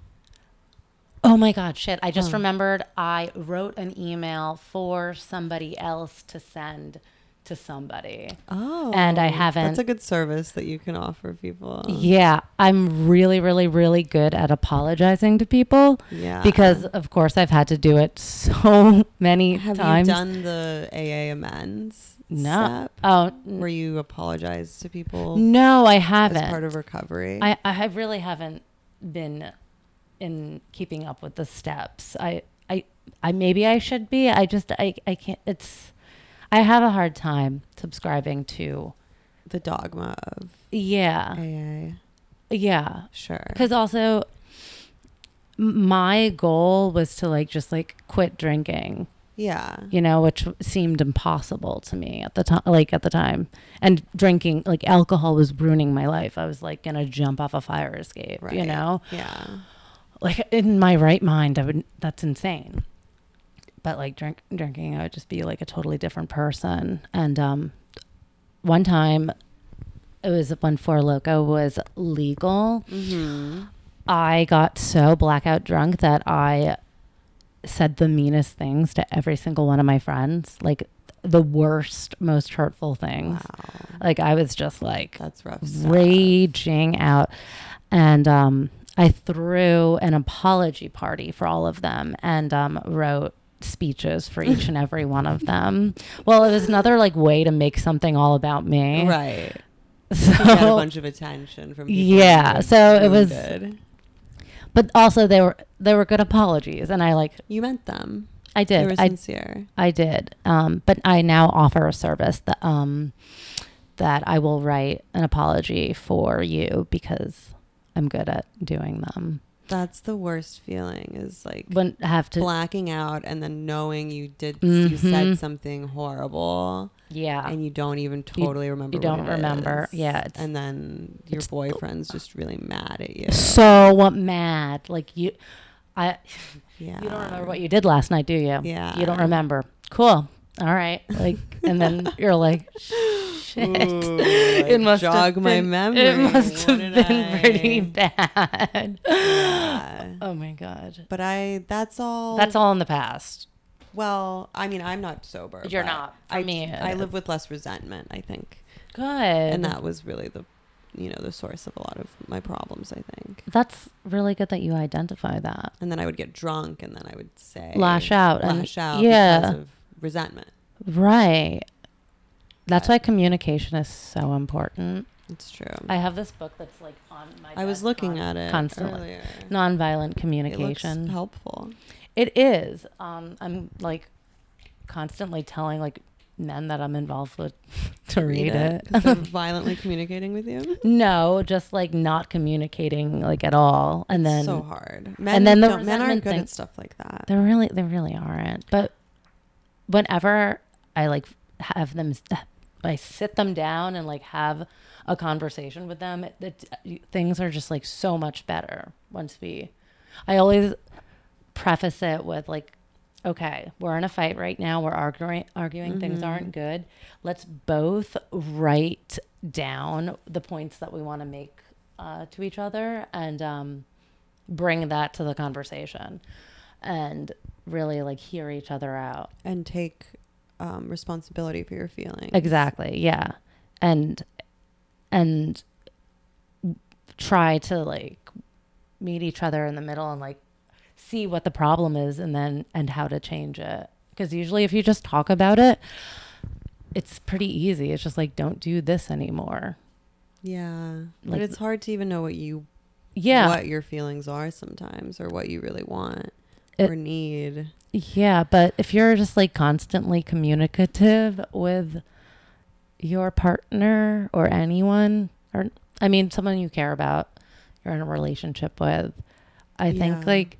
[SPEAKER 1] Oh my God, shit. I just
[SPEAKER 2] Oh.
[SPEAKER 1] remembered I wrote an email for somebody else to send to somebody.
[SPEAKER 2] Oh.
[SPEAKER 1] And I
[SPEAKER 2] That's
[SPEAKER 1] haven't-
[SPEAKER 2] a good service that you can offer people.
[SPEAKER 1] Yeah, I'm really, really, really good at apologizing to people
[SPEAKER 2] Yeah.
[SPEAKER 1] because, of course, I've had to do it so many
[SPEAKER 2] have
[SPEAKER 1] times.
[SPEAKER 2] you done the AA amends?
[SPEAKER 1] No.
[SPEAKER 2] Step
[SPEAKER 1] oh, n-
[SPEAKER 2] where you apologize to people
[SPEAKER 1] no, I
[SPEAKER 2] as
[SPEAKER 1] haven't.
[SPEAKER 2] part of recovery.
[SPEAKER 1] I, I really haven't been in keeping up with the steps. I, I, I maybe I should be. I just I, I can't. It's I have a hard time subscribing to.
[SPEAKER 2] the dogma of
[SPEAKER 1] Yeah,
[SPEAKER 2] AA.
[SPEAKER 1] yeah.
[SPEAKER 2] Sure.
[SPEAKER 1] Because also, m- my goal was to like just like quit drinking.
[SPEAKER 2] Yeah.
[SPEAKER 1] You know, which seemed impossible to me at the time. Like at the time, and drinking like alcohol was ruining my life. I was like gonna jump off a fire escape. You
[SPEAKER 2] Right.
[SPEAKER 1] know.
[SPEAKER 2] Yeah.
[SPEAKER 1] like in my right mind i would that's insane but like drink drinking i would just be like a totally different person and um one time it was when four loco was legal
[SPEAKER 2] Mm-hmm.
[SPEAKER 1] i got so blackout drunk that i said the meanest things to every single one of my friends like the worst most hurtful things
[SPEAKER 2] Wow.
[SPEAKER 1] like i was just like
[SPEAKER 2] That's rough. stuff.
[SPEAKER 1] raging out. And um, I threw an apology party for all of them and um, wrote speeches for each and every one of them. Well, it was another like way to make something all about me.
[SPEAKER 2] Right.
[SPEAKER 1] So,
[SPEAKER 2] You got a bunch of attention from people who
[SPEAKER 1] Yeah,
[SPEAKER 2] were
[SPEAKER 1] so it was-
[SPEAKER 2] wounded.
[SPEAKER 1] but also they were they were good apologies and I like
[SPEAKER 2] You meant them.
[SPEAKER 1] I
[SPEAKER 2] They
[SPEAKER 1] did.
[SPEAKER 2] were
[SPEAKER 1] I
[SPEAKER 2] sincere.
[SPEAKER 1] I did. Um, but I now offer a service that um that I will write an apology for you because I'm good at doing them.
[SPEAKER 2] That's the worst feeling is like
[SPEAKER 1] Wouldn't have to
[SPEAKER 2] blacking out and then knowing you did you
[SPEAKER 1] Mhm.
[SPEAKER 2] said something horrible
[SPEAKER 1] yeah.
[SPEAKER 2] and you don't even totally remember.
[SPEAKER 1] you
[SPEAKER 2] what
[SPEAKER 1] don't
[SPEAKER 2] it
[SPEAKER 1] remember.
[SPEAKER 2] is.
[SPEAKER 1] Yeah, it's-
[SPEAKER 2] and then your
[SPEAKER 1] it's-
[SPEAKER 2] boyfriend's just really mad at you.
[SPEAKER 1] so mad. Like you, I.
[SPEAKER 2] Yeah.
[SPEAKER 1] You don't remember what you did last night, do you?
[SPEAKER 2] Yeah.
[SPEAKER 1] You don't remember. Cool. All right. Like, and then you're like, shit.
[SPEAKER 2] Ooh, like,
[SPEAKER 1] it must
[SPEAKER 2] jog
[SPEAKER 1] have
[SPEAKER 2] my
[SPEAKER 1] been,
[SPEAKER 2] memory.
[SPEAKER 1] It must
[SPEAKER 2] What
[SPEAKER 1] have
[SPEAKER 2] did
[SPEAKER 1] been pretty
[SPEAKER 2] I-
[SPEAKER 1] bad.
[SPEAKER 2] Yeah.
[SPEAKER 1] Oh my god.
[SPEAKER 2] But I, that's all.
[SPEAKER 1] That's all in the past.
[SPEAKER 2] Well, I mean, I'm not sober.
[SPEAKER 1] You're
[SPEAKER 2] but
[SPEAKER 1] not. For
[SPEAKER 2] I
[SPEAKER 1] me,
[SPEAKER 2] I
[SPEAKER 1] it
[SPEAKER 2] live with less resentment, I think,
[SPEAKER 1] Good.
[SPEAKER 2] and that was really the, you know, the source of a lot of my problems. I think.
[SPEAKER 1] That's really good that you identify that.
[SPEAKER 2] And then I would get drunk, and then I would say
[SPEAKER 1] Lash out and-
[SPEAKER 2] lash out,
[SPEAKER 1] yeah.
[SPEAKER 2] because of resentment.
[SPEAKER 1] Right. That's why communication is so important.
[SPEAKER 2] It's true.
[SPEAKER 1] I have this book that's like on my.
[SPEAKER 2] I was
[SPEAKER 1] desk
[SPEAKER 2] looking
[SPEAKER 1] on-
[SPEAKER 2] at it
[SPEAKER 1] constantly.
[SPEAKER 2] earlier.
[SPEAKER 1] nonviolent
[SPEAKER 2] It looks
[SPEAKER 1] communication.
[SPEAKER 2] helpful.
[SPEAKER 1] It is. Um, I'm like constantly telling like men that I'm involved with to read, it.
[SPEAKER 2] 'cause they're violently communicating with you.
[SPEAKER 1] No, just like not communicating like at all, and then
[SPEAKER 2] so hard. Men,
[SPEAKER 1] then the
[SPEAKER 2] don't- men aren't
[SPEAKER 1] resentment
[SPEAKER 2] good
[SPEAKER 1] thing.
[SPEAKER 2] at stuff like that.
[SPEAKER 1] they really they really aren't. But whenever I like have them, I sit them down and like have a conversation with them. It, it, things are just like so much better once we. I always preface it with like, okay, we're in a fight right now. We're arguing. Arguing things aren't good. Let's both write down the points that we want to make uh, to each other and um, bring that to the conversation, and really like hear each other out.
[SPEAKER 2] and take um, responsibility for your feelings.
[SPEAKER 1] Exactly. Yeah. And and try to like meet each other in the middle and like see what the problem is and then and how to change it. Cuz usually if you just talk about it it's pretty easy. It's just like don't do this anymore.
[SPEAKER 2] Yeah. but
[SPEAKER 1] Like-
[SPEAKER 2] it's hard to even know what you
[SPEAKER 1] Yeah.
[SPEAKER 2] what your feelings are sometimes or what you really want
[SPEAKER 1] It-
[SPEAKER 2] or need.
[SPEAKER 1] Yeah, but if you're just like constantly communicative with your partner or anyone, or I mean, someone you care about, you're in a relationship with, I
[SPEAKER 2] Yeah.
[SPEAKER 1] think like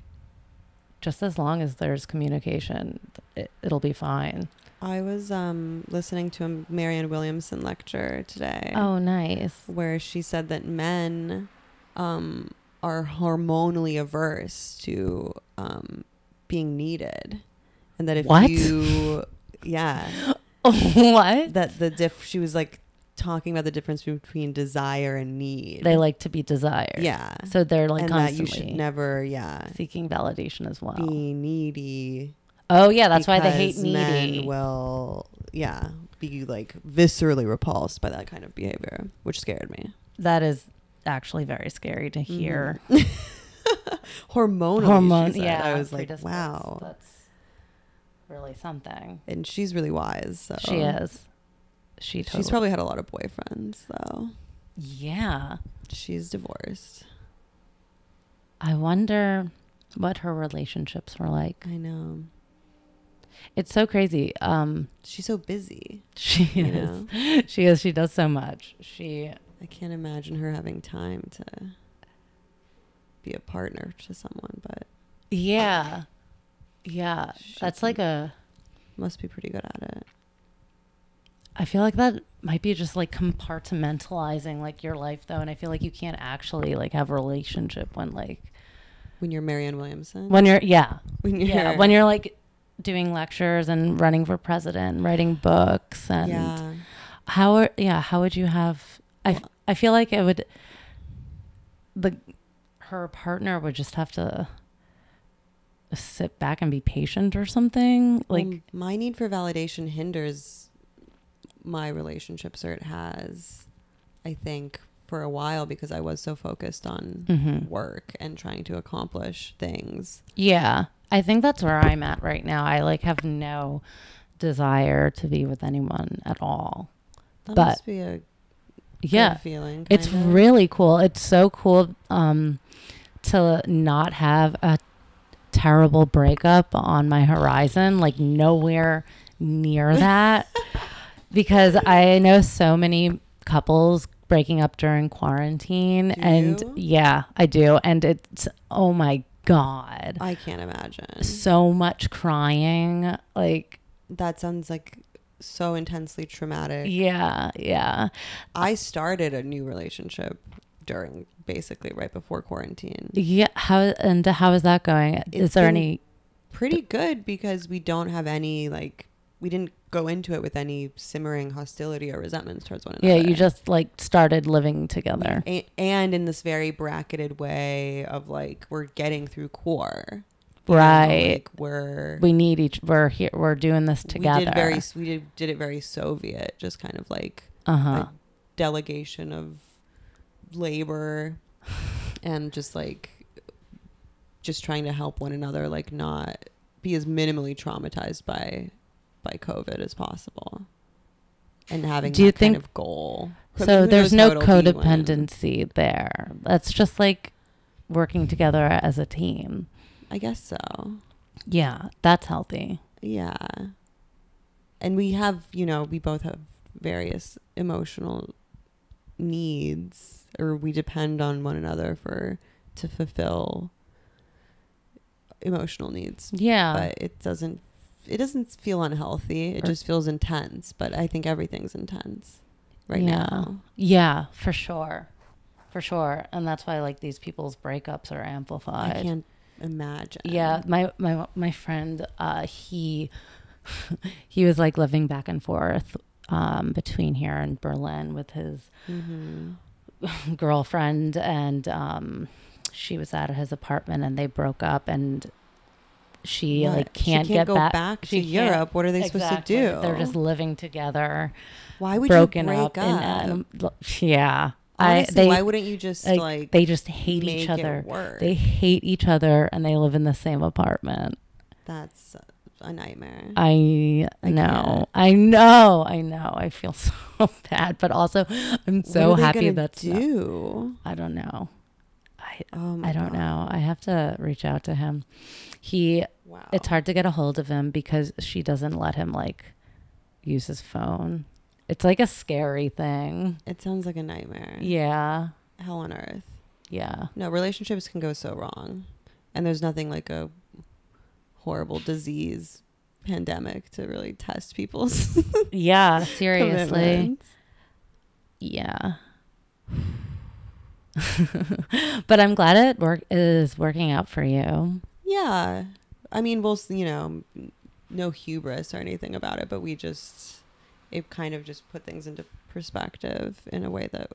[SPEAKER 1] just as long as there's communication, it, it'll be fine.
[SPEAKER 2] I was um, listening to a Marianne Williamson lecture today
[SPEAKER 1] Oh, nice.
[SPEAKER 2] where she said that men um, are hormonally averse to um, being needed. And that if
[SPEAKER 1] What?
[SPEAKER 2] you, yeah,
[SPEAKER 1] what?
[SPEAKER 2] that the diff, she was like talking about the difference between desire and need.
[SPEAKER 1] They like to be desired.
[SPEAKER 2] yeah.
[SPEAKER 1] So they're like
[SPEAKER 2] and that you
[SPEAKER 1] constantly
[SPEAKER 2] should never, yeah,
[SPEAKER 1] seeking validation as well.
[SPEAKER 2] be needy.
[SPEAKER 1] oh yeah, that's why they hate
[SPEAKER 2] because men
[SPEAKER 1] needy.
[SPEAKER 2] will, yeah, be like viscerally repulsed by that kind of behavior, which scared me.
[SPEAKER 1] that is actually very scary to
[SPEAKER 2] Mm-hmm.
[SPEAKER 1] hear.
[SPEAKER 2] Hormonally,
[SPEAKER 1] Hormone.
[SPEAKER 2] she said.
[SPEAKER 1] Yeah.
[SPEAKER 2] I was like,
[SPEAKER 1] predisposed.
[SPEAKER 2] wow.
[SPEAKER 1] That's really something.
[SPEAKER 2] and she's really wise. So
[SPEAKER 1] She is. She totally.
[SPEAKER 2] She's probably had a lot of boyfriends, though.
[SPEAKER 1] yeah.
[SPEAKER 2] She's divorced.
[SPEAKER 1] I wonder what her relationships were like.
[SPEAKER 2] I know.
[SPEAKER 1] It's so crazy. Um,
[SPEAKER 2] She's so busy.
[SPEAKER 1] she
[SPEAKER 2] You
[SPEAKER 1] is.
[SPEAKER 2] know,
[SPEAKER 1] She is. She does so much. She.
[SPEAKER 2] I can't imagine her having time to be a partner to someone, but
[SPEAKER 1] Yeah. Yeah.
[SPEAKER 2] She
[SPEAKER 1] That's like a.
[SPEAKER 2] must be pretty good at it.
[SPEAKER 1] I feel like that might be just like compartmentalizing like your life though, and I feel like you can't actually like have a relationship when like
[SPEAKER 2] When you're Marianne Williamson,
[SPEAKER 1] when you're yeah
[SPEAKER 2] when you're
[SPEAKER 1] yeah when you're like doing lectures and running for president, and writing books and
[SPEAKER 2] yeah,
[SPEAKER 1] how are, yeah how would you have I f- I feel like it would the her partner would just have to sit back and be patient or something like
[SPEAKER 2] Well, my need for validation hinders my relationships, or it has, I think, for a while because I was so focused on
[SPEAKER 1] mhm.
[SPEAKER 2] work and trying to accomplish things
[SPEAKER 1] Yeah. I think that's where I'm at right now. I like have no desire to be with anyone at all.
[SPEAKER 2] That
[SPEAKER 1] But-
[SPEAKER 2] must be a
[SPEAKER 1] Yeah.
[SPEAKER 2] good feeling.
[SPEAKER 1] It's
[SPEAKER 2] kinda.
[SPEAKER 1] really cool. It's so cool um to not have a terrible breakup on my horizon, like nowhere near that because I know so many couples breaking up during quarantine
[SPEAKER 2] Do
[SPEAKER 1] and
[SPEAKER 2] you?
[SPEAKER 1] yeah, I do and it's oh my god.
[SPEAKER 2] I can't imagine.
[SPEAKER 1] So much crying like
[SPEAKER 2] That sounds like so intensely traumatic.
[SPEAKER 1] Yeah, yeah.
[SPEAKER 2] I started a new relationship during basically right before quarantine.
[SPEAKER 1] Yeah, how and how is that going? is
[SPEAKER 2] It's
[SPEAKER 1] there
[SPEAKER 2] been-
[SPEAKER 1] any
[SPEAKER 2] Pretty good because we don't have any like we didn't go into it with any simmering hostility or resentments towards one
[SPEAKER 1] Yeah,
[SPEAKER 2] another.
[SPEAKER 1] you just like started living together.
[SPEAKER 2] A- and in this very bracketed way of like we're getting through core. you know,
[SPEAKER 1] Right.
[SPEAKER 2] Like we're
[SPEAKER 1] We need each we're here we're doing this together.
[SPEAKER 2] We did very we did did it very Soviet, just kind of like
[SPEAKER 1] uh-huh.
[SPEAKER 2] a delegation of labor and just like just trying to help one another like not be as minimally traumatized by by covid as possible and having
[SPEAKER 1] Do you
[SPEAKER 2] that kind
[SPEAKER 1] think-
[SPEAKER 2] of goal
[SPEAKER 1] So there's no
[SPEAKER 2] codependence.
[SPEAKER 1] codependency there. That's just like working together as a team.
[SPEAKER 2] i guess so
[SPEAKER 1] Yeah, that's healthy.
[SPEAKER 2] yeah and we have you know we both have various emotional needs or we depend on one another for to fulfill emotional needs
[SPEAKER 1] Yeah.
[SPEAKER 2] but it doesn't it doesn't feel unhealthy it
[SPEAKER 1] Or-
[SPEAKER 2] just feels intense but i think everything's intense right
[SPEAKER 1] Yeah.
[SPEAKER 2] now
[SPEAKER 1] Yeah, for sure. For sure. And that's why like these people's breakups are amplified.
[SPEAKER 2] i can't imagine
[SPEAKER 1] Yeah, my my my friend, uh, he he was like living back and forth um, between here and Berlin with his
[SPEAKER 2] Mhm.
[SPEAKER 1] girlfriend, and um, she was out of his apartment, and they broke up, and she
[SPEAKER 2] What?
[SPEAKER 1] like can't,
[SPEAKER 2] she
[SPEAKER 1] get
[SPEAKER 2] can't go back, to
[SPEAKER 1] She can't-
[SPEAKER 2] europe what are they supposed
[SPEAKER 1] Exactly.
[SPEAKER 2] to do
[SPEAKER 1] They're just living together,
[SPEAKER 2] why would
[SPEAKER 1] broken
[SPEAKER 2] you break up,
[SPEAKER 1] up, and um, yeah.
[SPEAKER 2] Honestly,
[SPEAKER 1] I, they,
[SPEAKER 2] why wouldn't you just
[SPEAKER 1] like,
[SPEAKER 2] like,
[SPEAKER 1] they just hate
[SPEAKER 2] make
[SPEAKER 1] each other.
[SPEAKER 2] It work?
[SPEAKER 1] They hate each other, and they live in the same apartment.
[SPEAKER 2] That's a nightmare.
[SPEAKER 1] I
[SPEAKER 2] I
[SPEAKER 1] know. I know. I know. I feel so bad, but also I'm
[SPEAKER 2] What
[SPEAKER 1] so
[SPEAKER 2] are they
[SPEAKER 1] happy
[SPEAKER 2] gonna
[SPEAKER 1] that's not-
[SPEAKER 2] do.
[SPEAKER 1] I don't know. I
[SPEAKER 2] oh my
[SPEAKER 1] I don't
[SPEAKER 2] God.
[SPEAKER 1] know. I have to reach out to him. He
[SPEAKER 2] Wow.
[SPEAKER 1] it's hard to get a hold of him because she doesn't let him like use his phone. It's like a scary thing.
[SPEAKER 2] It sounds like a nightmare.
[SPEAKER 1] Yeah.
[SPEAKER 2] Hell on earth.
[SPEAKER 1] Yeah.
[SPEAKER 2] No, relationships can go so wrong, and there's nothing like a horrible disease pandemic to really test people's
[SPEAKER 1] Yeah, seriously.
[SPEAKER 2] commitments.
[SPEAKER 1] Yeah. but I'm glad it work is working out for you.
[SPEAKER 2] Yeah. I mean, we'll, s- you know, no hubris or anything about it, but we just, it kind of just put things into perspective in a way that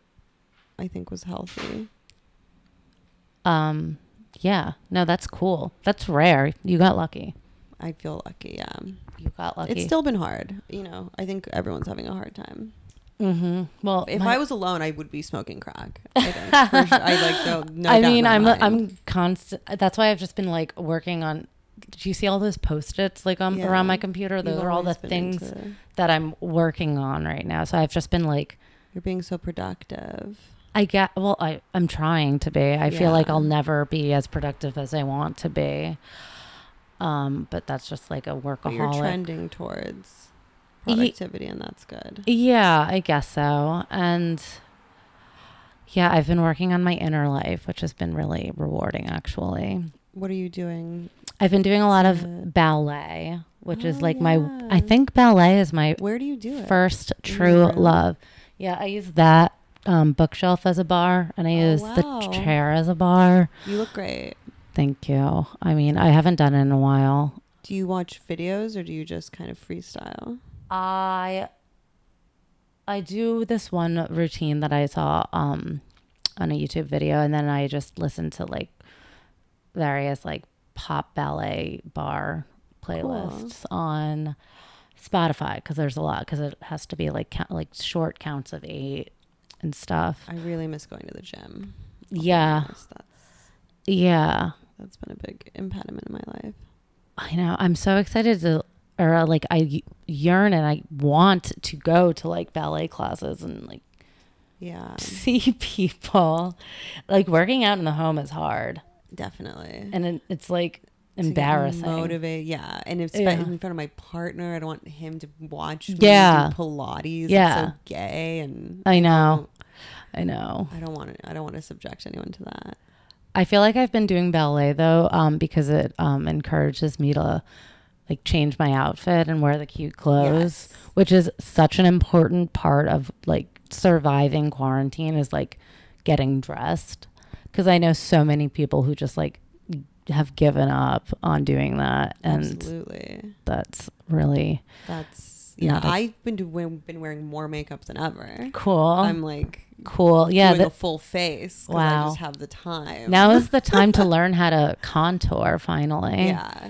[SPEAKER 2] I think was healthy.
[SPEAKER 1] Um, yeah. No, that's cool. That's rare. You got lucky.
[SPEAKER 2] I feel lucky. Yeah.
[SPEAKER 1] You got lucky.
[SPEAKER 2] It's still been hard. You know, I think everyone's having a hard time.
[SPEAKER 1] hmm Well,
[SPEAKER 2] If
[SPEAKER 1] my-
[SPEAKER 2] I was alone, I would be smoking crack. I think. For sure. I like no, no
[SPEAKER 1] I
[SPEAKER 2] doubt in
[SPEAKER 1] mean,
[SPEAKER 2] my
[SPEAKER 1] I'm
[SPEAKER 2] mind.
[SPEAKER 1] I'm constant. That's why I've just been like working on. Do you see all those post-its like on,
[SPEAKER 2] Yeah.
[SPEAKER 1] around my computer?
[SPEAKER 2] You've
[SPEAKER 1] Those are all the
[SPEAKER 2] always been
[SPEAKER 1] things
[SPEAKER 2] into-
[SPEAKER 1] that I'm working on right now. So I've just been like,
[SPEAKER 2] You're being so productive.
[SPEAKER 1] I get well. I I'm trying to be. I feel like
[SPEAKER 2] Yeah.
[SPEAKER 1] I'll never be as productive as I want to be. Um, but that's just like a
[SPEAKER 2] But you're
[SPEAKER 1] workaholic.
[SPEAKER 2] trending towards
[SPEAKER 1] Ye-
[SPEAKER 2] productivity, and that's good.
[SPEAKER 1] Yeah, I guess so. And yeah, I've been working on my inner life, which has been really rewarding, actually.
[SPEAKER 2] What are you doing?
[SPEAKER 1] I've been doing a lot
[SPEAKER 2] Good.
[SPEAKER 1] of ballet, which is
[SPEAKER 2] Oh,
[SPEAKER 1] like my
[SPEAKER 2] yeah.
[SPEAKER 1] I think ballet is my
[SPEAKER 2] Where do you do it?
[SPEAKER 1] first
[SPEAKER 2] In your
[SPEAKER 1] true
[SPEAKER 2] room?
[SPEAKER 1] love. Yeah, I use that um, bookshelf as a bar, and I
[SPEAKER 2] Oh,
[SPEAKER 1] use
[SPEAKER 2] wow.
[SPEAKER 1] the chair as a bar.
[SPEAKER 2] You look great.
[SPEAKER 1] Thank you. I mean, I haven't done it in a while.
[SPEAKER 2] Do you watch videos or do you just kind of freestyle?
[SPEAKER 1] I I do this one routine that I saw um, on a YouTube video, and then I just listen to like various like pop ballet bar playlists on Spotify because there's a lot because it has to be like count, like short counts of eight and stuff.
[SPEAKER 2] I really miss going to the gym. I'll be
[SPEAKER 1] Yeah.
[SPEAKER 2] honest. That's
[SPEAKER 1] Yeah,
[SPEAKER 2] that's been a big impediment in my life.
[SPEAKER 1] I know. I'm so excited to or uh, like I y- yearn and I want to go to like ballet classes and like
[SPEAKER 2] Yeah.
[SPEAKER 1] see people. Like working out in the home is hard,
[SPEAKER 2] Definitely.
[SPEAKER 1] and it, it's like
[SPEAKER 2] To get
[SPEAKER 1] embarrassing.
[SPEAKER 2] Motivate, yeah, and if spe-
[SPEAKER 1] Yeah.
[SPEAKER 2] in front of my partner, I don't want him to watch. Me
[SPEAKER 1] Yeah.
[SPEAKER 2] do Pilates.
[SPEAKER 1] Yeah.
[SPEAKER 2] it's so gay, and
[SPEAKER 1] I know. I know.
[SPEAKER 2] I don't want to. I don't want to subject anyone to that.
[SPEAKER 1] I feel like I've been doing ballet though, um, because it um, encourages me to like change my outfit and wear the cute clothes,
[SPEAKER 2] Yes.
[SPEAKER 1] which is such an important part of like surviving quarantine is like getting dressed. Because I know so many people who just like have given up on doing that, and
[SPEAKER 2] Absolutely,
[SPEAKER 1] that's really
[SPEAKER 2] that's yeah.
[SPEAKER 1] Not a-
[SPEAKER 2] I've been doing, been wearing more makeup than ever.
[SPEAKER 1] cool.
[SPEAKER 2] I'm like
[SPEAKER 1] cool. Yeah,
[SPEAKER 2] doing
[SPEAKER 1] that-
[SPEAKER 2] a full face. 'cause I
[SPEAKER 1] Wow.
[SPEAKER 2] just have the time.
[SPEAKER 1] now is the time to learn how to contour finally.
[SPEAKER 2] yeah.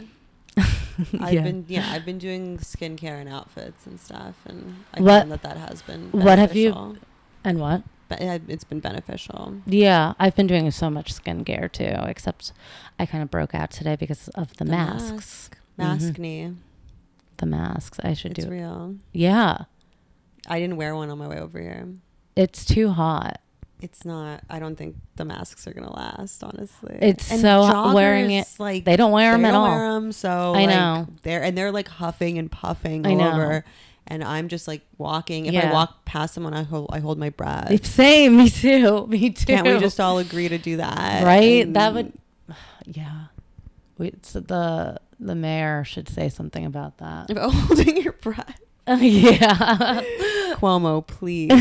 [SPEAKER 2] I've
[SPEAKER 1] Yeah.
[SPEAKER 2] been yeah I've been doing skincare and outfits and stuff and I
[SPEAKER 1] What-
[SPEAKER 2] found that that has been beneficial.
[SPEAKER 1] what have you- And what?
[SPEAKER 2] But it- it's been beneficial
[SPEAKER 1] Yeah, I've been doing so much skincare too, except I kind of broke out today because of the,
[SPEAKER 2] The
[SPEAKER 1] masks.
[SPEAKER 2] mask
[SPEAKER 1] Mhm.
[SPEAKER 2] knee
[SPEAKER 1] The masks. I should
[SPEAKER 2] it's
[SPEAKER 1] do.
[SPEAKER 2] real
[SPEAKER 1] yeah,
[SPEAKER 2] I didn't wear one on my way over here
[SPEAKER 1] it's too hot.
[SPEAKER 2] it's not I don't think the masks are gonna last honestly
[SPEAKER 1] It's so hot wearing it-
[SPEAKER 2] joggers, like
[SPEAKER 1] They don't wear them
[SPEAKER 2] they
[SPEAKER 1] at
[SPEAKER 2] don't
[SPEAKER 1] all.
[SPEAKER 2] wear 'em, so
[SPEAKER 1] I
[SPEAKER 2] like,
[SPEAKER 1] know.
[SPEAKER 2] they're and they're like huffing and puffing
[SPEAKER 1] I
[SPEAKER 2] all
[SPEAKER 1] know.
[SPEAKER 2] over and I'm just like walking if I
[SPEAKER 1] Yeah.
[SPEAKER 2] walk past someone I hold I hold my breath
[SPEAKER 1] Same. Me too. Me too.
[SPEAKER 2] Can't we just all agree to do that?
[SPEAKER 1] Right? That
[SPEAKER 2] And
[SPEAKER 1] would- Yeah. We, so the the mayor should say something about that.
[SPEAKER 2] about holding your breath.
[SPEAKER 1] yeah.
[SPEAKER 2] Cuomo, please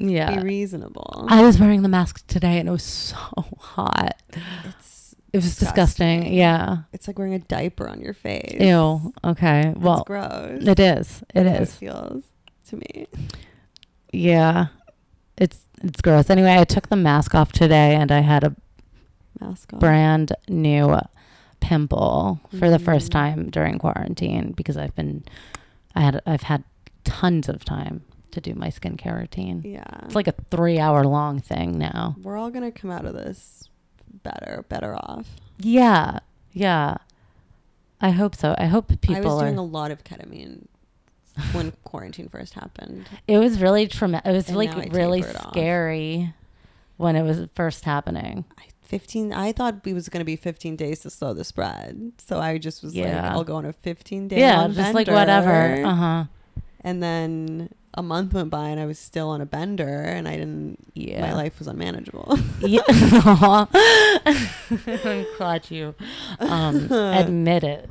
[SPEAKER 2] be
[SPEAKER 1] yeah.
[SPEAKER 2] reasonable.
[SPEAKER 1] I was wearing the mask today and it was so hot.
[SPEAKER 2] it's
[SPEAKER 1] It was disgusting.
[SPEAKER 2] Disgusting.
[SPEAKER 1] Yeah.
[SPEAKER 2] it's like wearing a diaper on your face.
[SPEAKER 1] Ew. Okay.
[SPEAKER 2] That's
[SPEAKER 1] Well,
[SPEAKER 2] gross.
[SPEAKER 1] it is. It
[SPEAKER 2] That's how
[SPEAKER 1] is.
[SPEAKER 2] feels to me.
[SPEAKER 1] Yeah. It's it's gross. Anyway, I took the mask off today and I had a
[SPEAKER 2] Mask on.
[SPEAKER 1] brand new pimple for the first
[SPEAKER 2] Mhm.
[SPEAKER 1] time during quarantine because I've been I had I've had tons of time to do my skincare routine.
[SPEAKER 2] Yeah.
[SPEAKER 1] It's like a 3-hour long thing now.
[SPEAKER 2] we're all gonna come out of this better, better off.
[SPEAKER 1] Yeah. Yeah. I hope so. I hope people
[SPEAKER 2] I was
[SPEAKER 1] are
[SPEAKER 2] doing a lot of ketamine when quarantine first happened.
[SPEAKER 1] It was really traumatic. It was
[SPEAKER 2] And now I
[SPEAKER 1] like really
[SPEAKER 2] taper it off.
[SPEAKER 1] scary when it was first happening.
[SPEAKER 2] I- 15 I thought it was going to be 15 days to slow the spread. So I just was like
[SPEAKER 1] Yeah.
[SPEAKER 2] I'll go on a 15 day
[SPEAKER 1] yeah,
[SPEAKER 2] long
[SPEAKER 1] just like
[SPEAKER 2] bender.
[SPEAKER 1] whatever.
[SPEAKER 2] Uh-huh.
[SPEAKER 1] Uh huh.
[SPEAKER 2] And then a month went by and I was still on a bender and I didn't
[SPEAKER 1] Yeah.
[SPEAKER 2] my life was unmanageable.
[SPEAKER 1] yeah. I'm glad you um, admit it.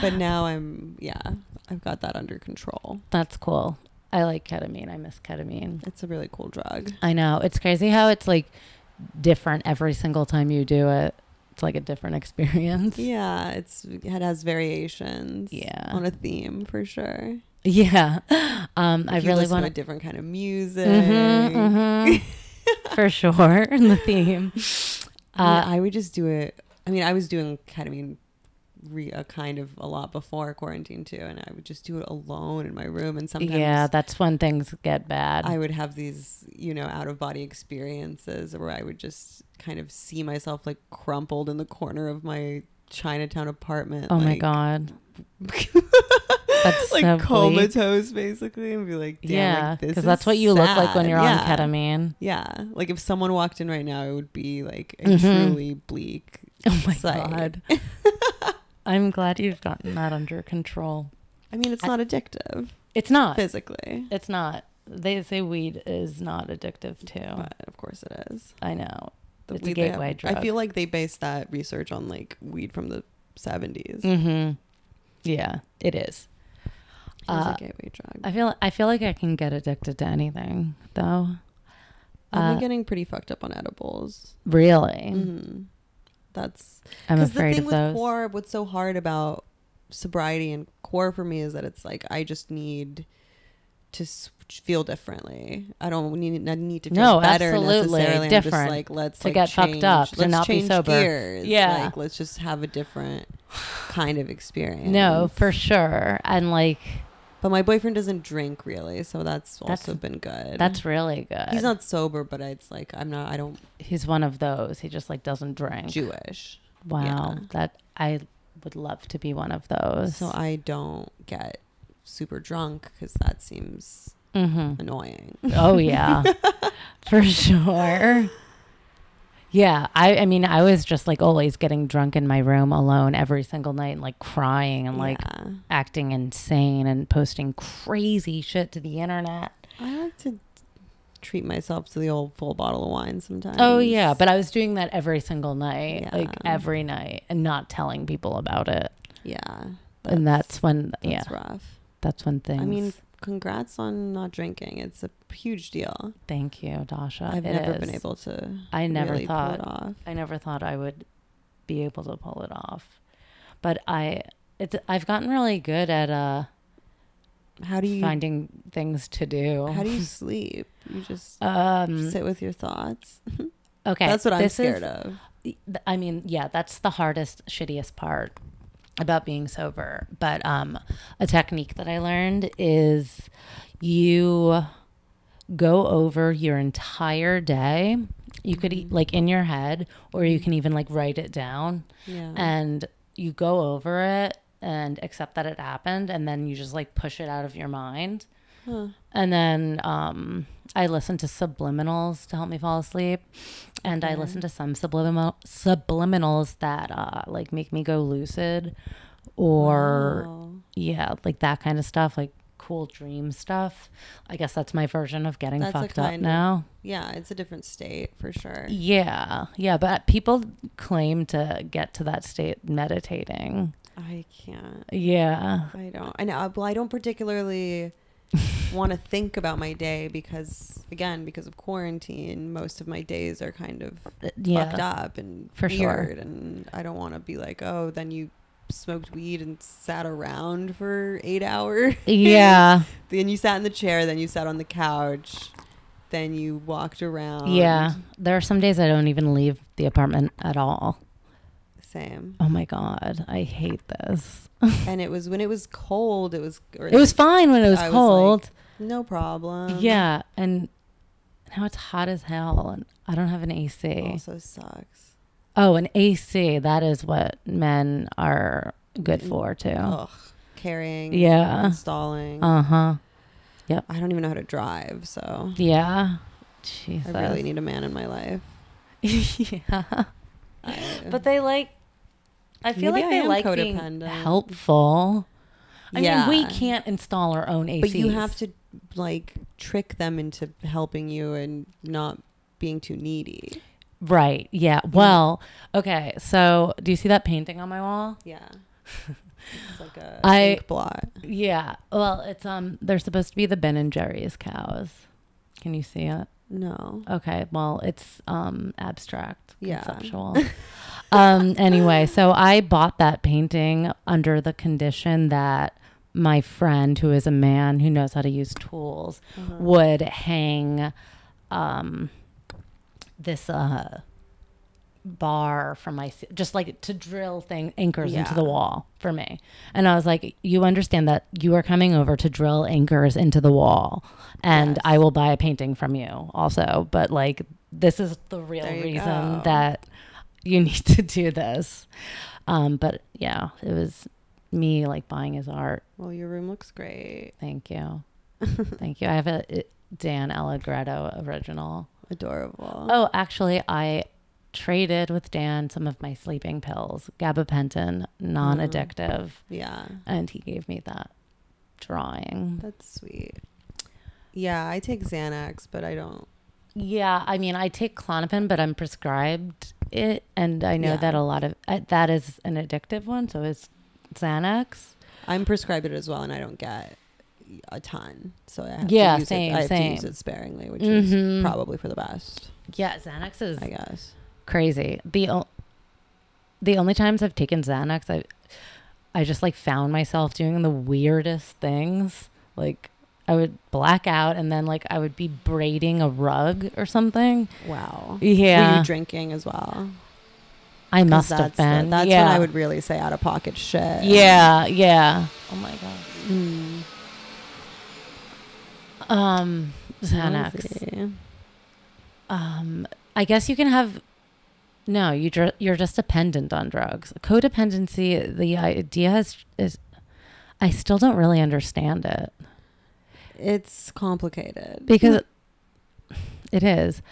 [SPEAKER 2] but now I'm yeah, I've got that under control.
[SPEAKER 1] That's cool. I like ketamine. I miss ketamine.
[SPEAKER 2] It's a really cool drug.
[SPEAKER 1] I know. It's crazy how it's like different every single time you do it. It's like a different experience.
[SPEAKER 2] Yeah, it's it has variations
[SPEAKER 1] Yeah.
[SPEAKER 2] on a theme for sure.
[SPEAKER 1] Yeah. Um, I
[SPEAKER 2] If you
[SPEAKER 1] really
[SPEAKER 2] listen
[SPEAKER 1] want
[SPEAKER 2] a different kind of music. Mm-hmm,
[SPEAKER 1] Mhm, mhm. for sure the theme
[SPEAKER 2] I,
[SPEAKER 1] uh,
[SPEAKER 2] mean, I would just do it. I mean, I was doing ketamine re, a kind of a lot before quarantine too, and I would just do it alone in my room. And sometimes
[SPEAKER 1] yeah that's when things get bad
[SPEAKER 2] I would have these, you know, out of body experiences where I would just kind of see myself like crumpled in the corner of my Chinatown apartment.
[SPEAKER 1] oh my
[SPEAKER 2] like-
[SPEAKER 1] god that's
[SPEAKER 2] like
[SPEAKER 1] so bleak.
[SPEAKER 2] comatose basically, and be like, Damn,
[SPEAKER 1] yeah
[SPEAKER 2] because
[SPEAKER 1] because that's what you look like when you're
[SPEAKER 2] yeah.
[SPEAKER 1] on ketamine
[SPEAKER 2] Yeah, like if someone walked in right now, it would be like a
[SPEAKER 1] Mhm.
[SPEAKER 2] truly bleak.
[SPEAKER 1] oh my
[SPEAKER 2] Side.
[SPEAKER 1] god i'm glad you've gotten that under control
[SPEAKER 2] I mean, it's
[SPEAKER 1] I-
[SPEAKER 2] not addictive
[SPEAKER 1] it's not
[SPEAKER 2] physically,
[SPEAKER 1] it's not they say weed is not addictive too
[SPEAKER 2] but of course it is.
[SPEAKER 1] i know
[SPEAKER 2] The
[SPEAKER 1] It's a
[SPEAKER 2] weed they have-
[SPEAKER 1] gateway
[SPEAKER 2] I
[SPEAKER 1] drug.
[SPEAKER 2] feel like they based that research on like weed from the 70s.
[SPEAKER 1] mm-hmm yeah it is
[SPEAKER 2] It was
[SPEAKER 1] Uh,
[SPEAKER 2] a gateway drug.
[SPEAKER 1] I feel I feel like I can get addicted to anything though.
[SPEAKER 2] I've
[SPEAKER 1] uh,
[SPEAKER 2] been getting pretty fucked up on edibles.
[SPEAKER 1] Really,
[SPEAKER 2] hmm That's
[SPEAKER 1] I'm
[SPEAKER 2] 'cause
[SPEAKER 1] afraid
[SPEAKER 2] the thing
[SPEAKER 1] of
[SPEAKER 2] with
[SPEAKER 1] those.
[SPEAKER 2] core. What's so hard about sobriety and core for me is that it's like I just need to s- feel differently. I don't need I need to feel
[SPEAKER 1] No,
[SPEAKER 2] better
[SPEAKER 1] absolutely.
[SPEAKER 2] necessarily. I'm
[SPEAKER 1] Different.
[SPEAKER 2] just like let's
[SPEAKER 1] To
[SPEAKER 2] like,
[SPEAKER 1] get fucked
[SPEAKER 2] change-
[SPEAKER 1] up, to
[SPEAKER 2] Let's
[SPEAKER 1] not be
[SPEAKER 2] change
[SPEAKER 1] sober.
[SPEAKER 2] Gears.
[SPEAKER 1] Yeah.
[SPEAKER 2] like let's just have a different kind of experience.
[SPEAKER 1] no, for sure. And like
[SPEAKER 2] But my boyfriend doesn't drink really, so that's,
[SPEAKER 1] That's-
[SPEAKER 2] also been good.
[SPEAKER 1] that's really good.
[SPEAKER 2] he's not sober, but it's like I'm not. I don't
[SPEAKER 1] He's one of those. He just like doesn't drink.
[SPEAKER 2] Jewish,
[SPEAKER 1] wow,
[SPEAKER 2] yeah.
[SPEAKER 1] that I would love to be one of those.
[SPEAKER 2] so I don't get super drunk because that seems
[SPEAKER 1] hmm
[SPEAKER 2] annoying.
[SPEAKER 1] Oh yeah, for sure. Yeah, I, I mean, I was just like always getting drunk in my room alone every single night and like crying and like
[SPEAKER 2] Yeah.
[SPEAKER 1] acting insane and posting crazy shit to the internet.
[SPEAKER 2] I like to treat myself to the old full bottle of wine sometimes.
[SPEAKER 1] Oh yeah, but I was doing that every single night, like
[SPEAKER 2] Yeah.
[SPEAKER 1] every night, and not telling people about it.
[SPEAKER 2] yeah,
[SPEAKER 1] and that's when, yeah,
[SPEAKER 2] that's rough.
[SPEAKER 1] that's when things.
[SPEAKER 2] I mean, congrats on not drinking. It's a huge deal.
[SPEAKER 1] thank you, Dasha.
[SPEAKER 2] I've
[SPEAKER 1] It
[SPEAKER 2] never been
[SPEAKER 1] is.
[SPEAKER 2] able to.
[SPEAKER 1] I never
[SPEAKER 2] really
[SPEAKER 1] thought.
[SPEAKER 2] pull it off.
[SPEAKER 1] I never thought I would be able to pull it off, but I. It's, I've gotten really good at uh,
[SPEAKER 2] How do you?
[SPEAKER 1] finding things to do.
[SPEAKER 2] how do you sleep? You just
[SPEAKER 1] um,
[SPEAKER 2] sit with your thoughts.
[SPEAKER 1] okay,
[SPEAKER 2] that's what I'm
[SPEAKER 1] this is-
[SPEAKER 2] scared of.
[SPEAKER 1] I mean, yeah, that's the hardest, shittiest part about being sober. But um, a technique that I learned is you go over your entire day. You could e
[SPEAKER 2] Mhm.
[SPEAKER 1] like in your head, or you can even like write it down,
[SPEAKER 2] Yeah.
[SPEAKER 1] and you go over it and accept that it happened, and then you just like push it out of your mind.
[SPEAKER 2] Huh.
[SPEAKER 1] And then um, I listen to subliminals to help me fall asleep. And I
[SPEAKER 2] Okay.
[SPEAKER 1] listen to some subliminal subliminals that uh, like make me go lucid or
[SPEAKER 2] Wow.
[SPEAKER 1] yeah, like that kind of stuff, like cool dream stuff. I guess that's my version of getting
[SPEAKER 2] That's a
[SPEAKER 1] fucked up
[SPEAKER 2] kind of-
[SPEAKER 1] now.
[SPEAKER 2] yeah, it's a different state for sure.
[SPEAKER 1] E Yeah. Yeah, but people claim to get to that state meditating.
[SPEAKER 2] I can't.
[SPEAKER 1] Yeah.
[SPEAKER 2] I don't. I know. Well, I don't particularly want to think about my day because, again, because of quarantine, most of my days are kind of fucked
[SPEAKER 1] Yeah.
[SPEAKER 2] up and
[SPEAKER 1] For sure.
[SPEAKER 2] weird, and I don't want to be like, oh, then you smoked weed and sat around for eight hours.
[SPEAKER 1] Yeah.
[SPEAKER 2] then you sat in the chair. Then you sat on the couch. Then you walked around.
[SPEAKER 1] Yeah. There are some days I don't even leave the apartment at all.
[SPEAKER 2] Same.
[SPEAKER 1] Oh my god, I hate this.
[SPEAKER 2] and it was when it was cold. It was. Or
[SPEAKER 1] It was fine when it was
[SPEAKER 2] I was like, um,
[SPEAKER 1] cold.
[SPEAKER 2] no problem.
[SPEAKER 1] yeah, and now it's hot as hell, and I don't have an AC.
[SPEAKER 2] Also sucks.
[SPEAKER 1] Oh, an AC. That is what men are good
[SPEAKER 2] Mm.
[SPEAKER 1] for too.
[SPEAKER 2] Ugh. Carrying.
[SPEAKER 1] Yeah.
[SPEAKER 2] Installing.
[SPEAKER 1] Uh huh.
[SPEAKER 2] I don't even know how to drive, so
[SPEAKER 1] Yeah. Jesus.
[SPEAKER 2] I really need a man in my life.
[SPEAKER 1] yeah.
[SPEAKER 2] I,
[SPEAKER 1] But they like. I feel like
[SPEAKER 2] Maybe I
[SPEAKER 1] they
[SPEAKER 2] am
[SPEAKER 1] like being
[SPEAKER 2] codependent.
[SPEAKER 1] helpful. I
[SPEAKER 2] Yeah.
[SPEAKER 1] mean, we can't install our own ACs.
[SPEAKER 2] but you have to like trick them into helping you and not being too needy.
[SPEAKER 1] Right. Yeah.
[SPEAKER 2] Mm.
[SPEAKER 1] Well. Okay. So, do you see that painting on my wall?
[SPEAKER 2] Yeah. it's like a
[SPEAKER 1] I-
[SPEAKER 2] ink blot.
[SPEAKER 1] Yeah. Well, it's um they're supposed to be the Ben and Jerry's cows. Can you see it?
[SPEAKER 2] No.
[SPEAKER 1] Okay. Well, it's um abstract,
[SPEAKER 2] Yeah.
[SPEAKER 1] conceptual. um anyway, so I bought that painting under the condition that my friend who is a man who knows how to use tools
[SPEAKER 2] Mm-hmm.
[SPEAKER 1] would hang um, this uh, bar from my ce- just like to drill thing anchors into the
[SPEAKER 2] Yeah.
[SPEAKER 1] wall for me and i was like you understand that you are coming over to drill anchors into the wall and i will buy a painting from you also but like this is the real
[SPEAKER 2] There you
[SPEAKER 1] reason
[SPEAKER 2] go.
[SPEAKER 1] that you need to do this um but yeah it was me like buying his art
[SPEAKER 2] Well, your room looks great.
[SPEAKER 1] Thank you. Thank you. I have a it- Dan Allegretto original.
[SPEAKER 2] Adorable.
[SPEAKER 1] Oh, actually, I traded with Dan some of my sleeping pills, gabapentin, non addictive,
[SPEAKER 2] Yeah.
[SPEAKER 1] and he gave me that drawing.
[SPEAKER 2] That's sweet. Yeah, I take Xanax, but I don't.
[SPEAKER 1] Yeah, I mean, I take Clonopin, but I'm prescribed it, and I know
[SPEAKER 2] Yeah.
[SPEAKER 1] that a lot of uh, that is an addictive one, so it's Xanax.
[SPEAKER 2] I'm prescribed it as well, and I don't get a ton. So I have
[SPEAKER 1] Yeah,
[SPEAKER 2] to use
[SPEAKER 1] same,
[SPEAKER 2] it. I have to use
[SPEAKER 1] same.
[SPEAKER 2] it sparingly, which
[SPEAKER 1] Mhm.
[SPEAKER 2] is probably for the best,
[SPEAKER 1] Yeah, Xanax is
[SPEAKER 2] I guess.
[SPEAKER 1] crazy. The o- the only times I've taken Xanax, I I just like found myself doing the weirdest things. Like I would black out, and then like I would be braiding a rug or something.
[SPEAKER 2] Wow. Were
[SPEAKER 1] Yeah,
[SPEAKER 2] you drinking as well?
[SPEAKER 1] I
[SPEAKER 2] 'Cause
[SPEAKER 1] must have
[SPEAKER 2] that's the-
[SPEAKER 1] been.
[SPEAKER 2] that's
[SPEAKER 1] yeah.
[SPEAKER 2] when I would really say out of pocket shit.
[SPEAKER 1] Yeah, yeah. Oh my god.
[SPEAKER 2] Mm.
[SPEAKER 1] Um, Xanax.
[SPEAKER 2] Crazy.
[SPEAKER 1] Um, I guess you can have. No, you dr- you're just dependent on drugs. Codependency. The idea is, is, I still don't really understand it.
[SPEAKER 2] It's complicated
[SPEAKER 1] because it is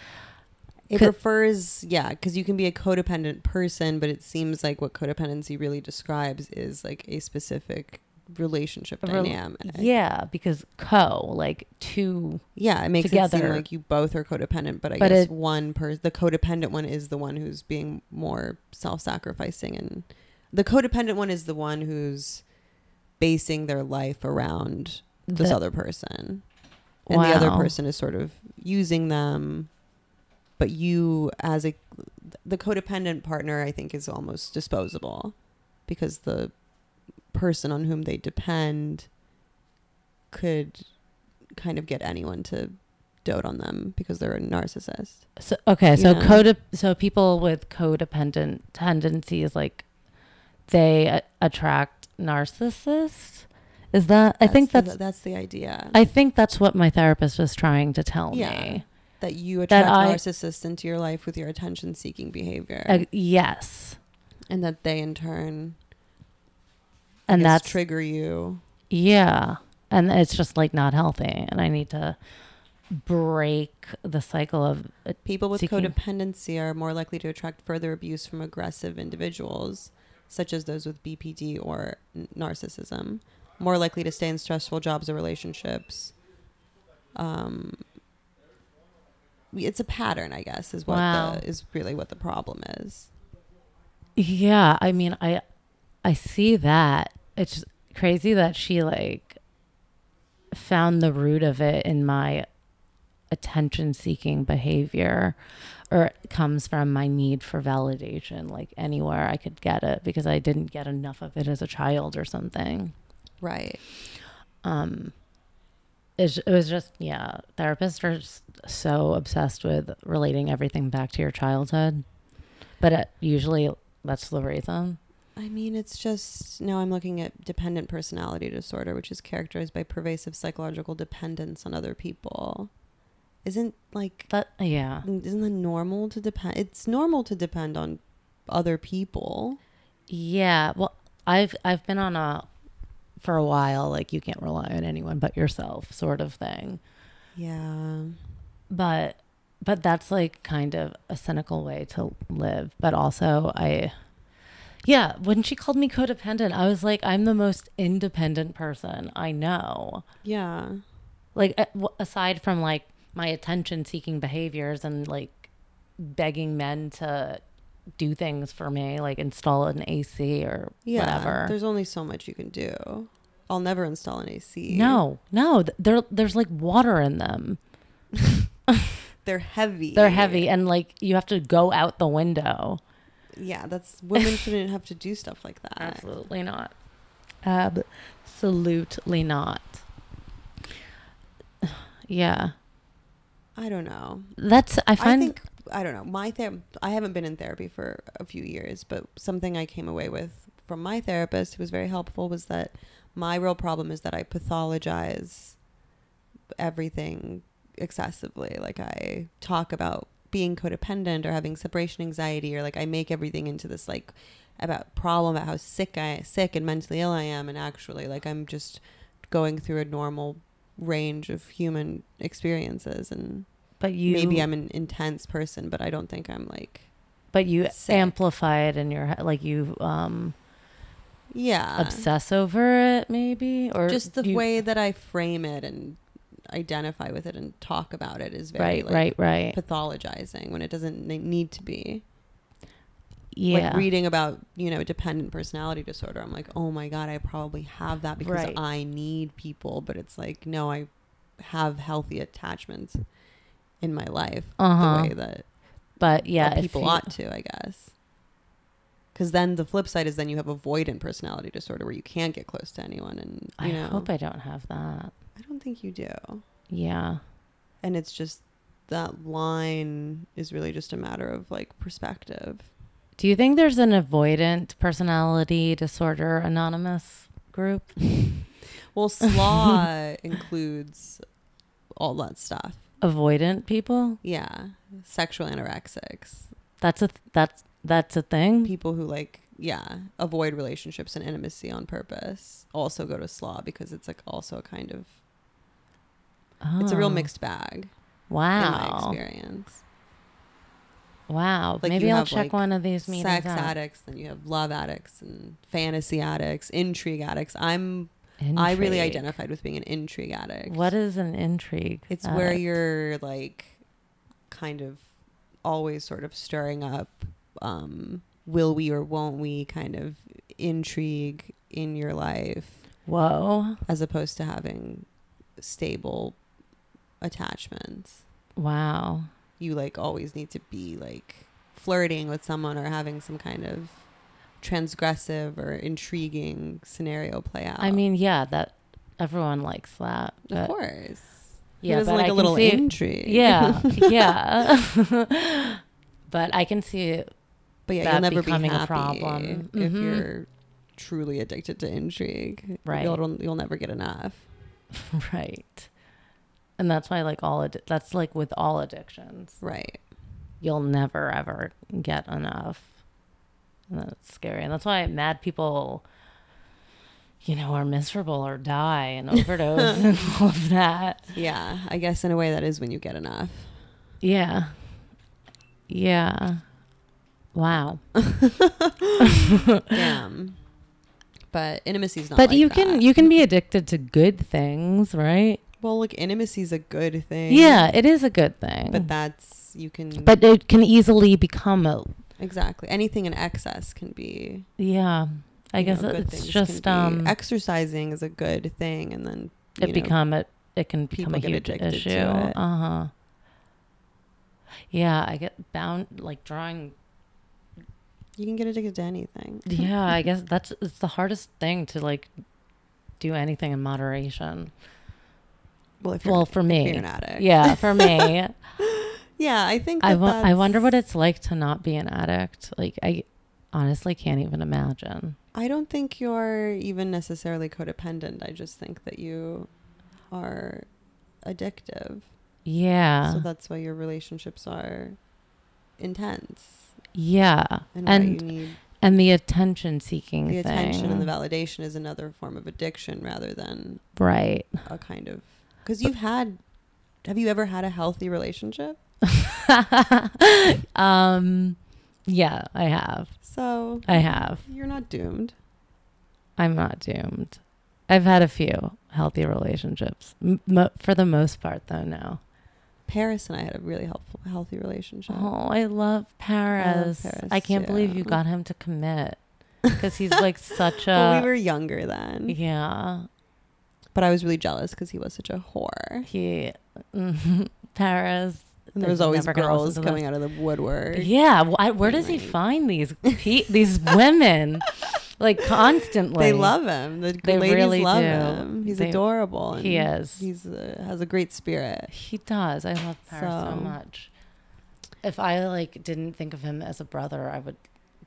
[SPEAKER 2] it
[SPEAKER 1] could-
[SPEAKER 2] refers, yeah, because you can be a codependent person, but it seems like what codependency really describes is like a specific relationship
[SPEAKER 1] A rel-
[SPEAKER 2] dynamic.
[SPEAKER 1] yeah because co like two
[SPEAKER 2] Yeah, it makes it
[SPEAKER 1] together.
[SPEAKER 2] seem like you both are codependent, but I
[SPEAKER 1] But
[SPEAKER 2] guess
[SPEAKER 1] it-
[SPEAKER 2] one person, the codependent one, is the one who's being more self-sacrificing, and the codependent one is the one who's basing their life around this
[SPEAKER 1] the-
[SPEAKER 2] other person, and the other
[SPEAKER 1] Wow.
[SPEAKER 2] person is sort of using them. But you, as a the codependent partner, I think is almost disposable, because the person on whom they depend could kind of get anyone to dote on them because they're a narcissist.
[SPEAKER 1] so okay so
[SPEAKER 2] Yeah.
[SPEAKER 1] code so people with codependent tendencies like they a- attract narcissists is that i think
[SPEAKER 2] the-
[SPEAKER 1] that's
[SPEAKER 2] that's the idea
[SPEAKER 1] i think that's what my therapist was trying to tell
[SPEAKER 2] Yeah.
[SPEAKER 1] me
[SPEAKER 2] that you attract
[SPEAKER 1] I-
[SPEAKER 2] narcissists into your life with your attention-seeking behavior,
[SPEAKER 1] Uh, yes
[SPEAKER 2] and that they in turn I
[SPEAKER 1] and
[SPEAKER 2] guess,
[SPEAKER 1] that's
[SPEAKER 2] trigger you.
[SPEAKER 1] Yeah. And it's just like not healthy. And I need to break the cycle of
[SPEAKER 2] People with
[SPEAKER 1] Seeking-
[SPEAKER 2] codependency are more likely to attract further abuse from aggressive individuals, such as those with BPD or n- narcissism, more likely to stay in stressful jobs or relationships. Um, we- it's a pattern, I guess, is what
[SPEAKER 1] Wow.
[SPEAKER 2] the, is really what the problem is.
[SPEAKER 1] Yeah, I mean, I I see that. It's just crazy that she like found the root of it in my attention-seeking behavior or it comes from my need for validation like anywhere I could get it because I didn't get enough of it as a child or something.
[SPEAKER 2] Right.
[SPEAKER 1] Um it's, it was just yeah, therapists are s- so obsessed with relating everything back to your childhood. But it, usually that's the reason.
[SPEAKER 2] I mean, it's just now I'm looking at dependent personality disorder, which is characterized by pervasive psychological dependence on other people. Isn't like
[SPEAKER 1] That yeah.
[SPEAKER 2] isn't it normal to depend it's normal to depend on other people
[SPEAKER 1] Yeah. Well, I've I've been on a for a while like you can't rely on anyone but yourself sort of thing.
[SPEAKER 2] yeah
[SPEAKER 1] But but that's like kind of a cynical way to live, but also I yeah, when she called me codependent, I was like I'm the most independent person I know.
[SPEAKER 2] yeah
[SPEAKER 1] Like a- w- aside from like my attention seeking behaviors and like begging men to do things for me, like install an AC or
[SPEAKER 2] yeah
[SPEAKER 1] whatever.
[SPEAKER 2] there's only so much you can do i'll never install an ac
[SPEAKER 1] No, no, th- there there's like water in them.
[SPEAKER 2] they're heavy
[SPEAKER 1] They're heavy and like you have to go out the window.
[SPEAKER 2] yeah that's women shouldn't have to do stuff like that
[SPEAKER 1] Absolutely not. Uh, Absolutely not. Yeah.
[SPEAKER 2] I don't know.
[SPEAKER 1] That's, I
[SPEAKER 2] I
[SPEAKER 1] find,
[SPEAKER 2] think I don't know. My ther- I haven't been in therapy for a few years, but something I came away with from my therapist who was very helpful was that my real problem is that I pathologize everything excessively. Like I talk about being codependent or having separation anxiety or like I make everything into this like about problem about how sick I sick and mentally ill I am and actually like I'm just going through a normal range of human experiences and
[SPEAKER 1] but you,
[SPEAKER 2] maybe I'm an intense person, but I don't think I'm like
[SPEAKER 1] but you
[SPEAKER 2] sick.
[SPEAKER 1] amplify it in your, he- like you, um,
[SPEAKER 2] yeah.
[SPEAKER 1] obsess over it maybe, or
[SPEAKER 2] Just the
[SPEAKER 1] you-
[SPEAKER 2] way that I frame it and identify with it and talk about it is very
[SPEAKER 1] right,
[SPEAKER 2] like,
[SPEAKER 1] right, right.
[SPEAKER 2] pathologizing when it doesn't ne- need to be.
[SPEAKER 1] yeah.
[SPEAKER 2] Like reading about you know dependent personality disorder, I'm like, oh my god, I probably have that because
[SPEAKER 1] Right.
[SPEAKER 2] I need people. But it's like, no, I have healthy attachments in my life
[SPEAKER 1] Uh-huh.
[SPEAKER 2] the way that
[SPEAKER 1] but yeah,
[SPEAKER 2] yeah,
[SPEAKER 1] if
[SPEAKER 2] people
[SPEAKER 1] you-
[SPEAKER 2] ought to, I guess. Because then the flip side is then you have avoidant personality disorder where you can't get close to anyone, and
[SPEAKER 1] I
[SPEAKER 2] you know,
[SPEAKER 1] hope I don't have that.
[SPEAKER 2] I don't think you do.
[SPEAKER 1] Yeah.
[SPEAKER 2] And it's just that line is really just a matter of like perspective.
[SPEAKER 1] Do you think there's an avoidant personality disorder anonymous group?
[SPEAKER 2] Well, slaw includes all that stuff.
[SPEAKER 1] Avoidant people?
[SPEAKER 2] Yeah, sexual anorexics,
[SPEAKER 1] That's a th- that's that's a thing.
[SPEAKER 2] people who like yeah avoid relationships and intimacy on purpose also go to slaw because it's like also a kind of it's a real
[SPEAKER 1] Oh,
[SPEAKER 2] mixed bag. in my
[SPEAKER 1] Wow.
[SPEAKER 2] experience.
[SPEAKER 1] Wow.
[SPEAKER 2] Like,
[SPEAKER 1] Maybe
[SPEAKER 2] you
[SPEAKER 1] I'll
[SPEAKER 2] have,
[SPEAKER 1] check
[SPEAKER 2] like,
[SPEAKER 1] one of these meetings
[SPEAKER 2] Sex
[SPEAKER 1] out.
[SPEAKER 2] addicts, then you have love addicts and fantasy addicts, intrigue addicts. I'm I really
[SPEAKER 1] Intrigue.
[SPEAKER 2] identified with being an intrigue addict.
[SPEAKER 1] What is an intrigue?
[SPEAKER 2] It's where
[SPEAKER 1] addict?
[SPEAKER 2] you're like kind of always sort of stirring up um will we or won't we kind of intrigue in your life
[SPEAKER 1] Whoa.
[SPEAKER 2] as opposed to having stable attachments.
[SPEAKER 1] Wow.
[SPEAKER 2] you like always need to be like flirting with someone or having some kind of transgressive or intriguing scenario play out.
[SPEAKER 1] I mean, yeah, that everyone likes that.
[SPEAKER 2] Oh.
[SPEAKER 1] but-
[SPEAKER 2] of course. Who
[SPEAKER 1] Yeah,
[SPEAKER 2] doesn't
[SPEAKER 1] but I
[SPEAKER 2] like a
[SPEAKER 1] can
[SPEAKER 2] little
[SPEAKER 1] see-
[SPEAKER 2] intrigue.
[SPEAKER 1] Yeah. yeah. but I can see it
[SPEAKER 2] but yeah,
[SPEAKER 1] that
[SPEAKER 2] you'll never be
[SPEAKER 1] becoming
[SPEAKER 2] happy
[SPEAKER 1] a problem.
[SPEAKER 2] if
[SPEAKER 1] Mhm.
[SPEAKER 2] you're truly addicted to intrigue.
[SPEAKER 1] Right.
[SPEAKER 2] You'll you'll never get enough.
[SPEAKER 1] right and that's why like all addi- that's like with all addictions
[SPEAKER 2] Right.
[SPEAKER 1] you'll never ever get enough and that's scary and that's why mad people you know are miserable or die and overdose and all of that
[SPEAKER 2] Yeah. I guess in a way that is when you get enough.
[SPEAKER 1] yeah yeah wow
[SPEAKER 2] Damn. But intimacy's not
[SPEAKER 1] but
[SPEAKER 2] like
[SPEAKER 1] you
[SPEAKER 2] that.
[SPEAKER 1] can you can be addicted to good things right
[SPEAKER 2] Well, like intimacy's a good thing.
[SPEAKER 1] yeah it is a good thing
[SPEAKER 2] But that's you can
[SPEAKER 1] but it can easily become a
[SPEAKER 2] Exactly. Anything in excess can be.
[SPEAKER 1] yeah i
[SPEAKER 2] you
[SPEAKER 1] guess
[SPEAKER 2] know, good
[SPEAKER 1] it's
[SPEAKER 2] things can
[SPEAKER 1] just
[SPEAKER 2] be-
[SPEAKER 1] um
[SPEAKER 2] exercising is a good thing, and then
[SPEAKER 1] it
[SPEAKER 2] you know,
[SPEAKER 1] become a it can become
[SPEAKER 2] people
[SPEAKER 1] a
[SPEAKER 2] get
[SPEAKER 1] huge
[SPEAKER 2] addicted to
[SPEAKER 1] issue.
[SPEAKER 2] it.
[SPEAKER 1] Uh huh. Yeah, I get bound like drawing.
[SPEAKER 2] you can get addicted to anything.
[SPEAKER 1] Yeah, I guess that's it's the hardest thing to like do anything in moderation.
[SPEAKER 2] Well, if you're,
[SPEAKER 1] Well, for
[SPEAKER 2] if you're
[SPEAKER 1] me,
[SPEAKER 2] an addict,
[SPEAKER 1] yeah, for me,
[SPEAKER 2] yeah, I think that
[SPEAKER 1] I wo- I wonder what
[SPEAKER 2] that's-
[SPEAKER 1] it's like to not be an addict. Like I honestly can't even imagine.
[SPEAKER 2] I don't think you're even necessarily codependent. I just think that you are addictive,
[SPEAKER 1] Yeah,
[SPEAKER 2] so that's why your relationships are intense
[SPEAKER 1] yeah, and
[SPEAKER 2] and, why
[SPEAKER 1] and,
[SPEAKER 2] you need
[SPEAKER 1] the attention seeking,
[SPEAKER 2] the attention and the
[SPEAKER 1] thing.
[SPEAKER 2] validation is another form of addiction rather than
[SPEAKER 1] right.
[SPEAKER 2] a kind of because you've had have you ever had a healthy relationship
[SPEAKER 1] um, yeah, I have.
[SPEAKER 2] so
[SPEAKER 1] I have.
[SPEAKER 2] you're not doomed
[SPEAKER 1] I'm not doomed. I've had a few healthy relationships. M- mo- for the most part, though, no.
[SPEAKER 2] paris and i had a really helpful healthy relationship
[SPEAKER 1] Oh, I love Paris. I,
[SPEAKER 2] Paris,
[SPEAKER 1] can't believe
[SPEAKER 2] yeah.
[SPEAKER 1] you got him to commit because he's like such
[SPEAKER 2] but
[SPEAKER 1] a.
[SPEAKER 2] we were younger then
[SPEAKER 1] uh, yeah.
[SPEAKER 2] but i was really jealous because he was such a whore
[SPEAKER 1] He. Mhm. Paris.
[SPEAKER 2] and there was
[SPEAKER 1] I'm
[SPEAKER 2] always
[SPEAKER 1] never gonna listen
[SPEAKER 2] girls
[SPEAKER 1] to
[SPEAKER 2] coming out of the woodwork
[SPEAKER 1] Yeah. wh- I- where does he
[SPEAKER 2] Like-
[SPEAKER 1] find these pe- these women? like constantly.
[SPEAKER 2] They love him. The
[SPEAKER 1] They
[SPEAKER 2] ladies
[SPEAKER 1] really
[SPEAKER 2] love
[SPEAKER 1] do.
[SPEAKER 2] him. He's
[SPEAKER 1] They-
[SPEAKER 2] adorable. and
[SPEAKER 1] He is.
[SPEAKER 2] He's uh, has a great spirit.
[SPEAKER 1] He does. I love Power so.
[SPEAKER 2] So-
[SPEAKER 1] much. If I like didn't think of him as a brother, I would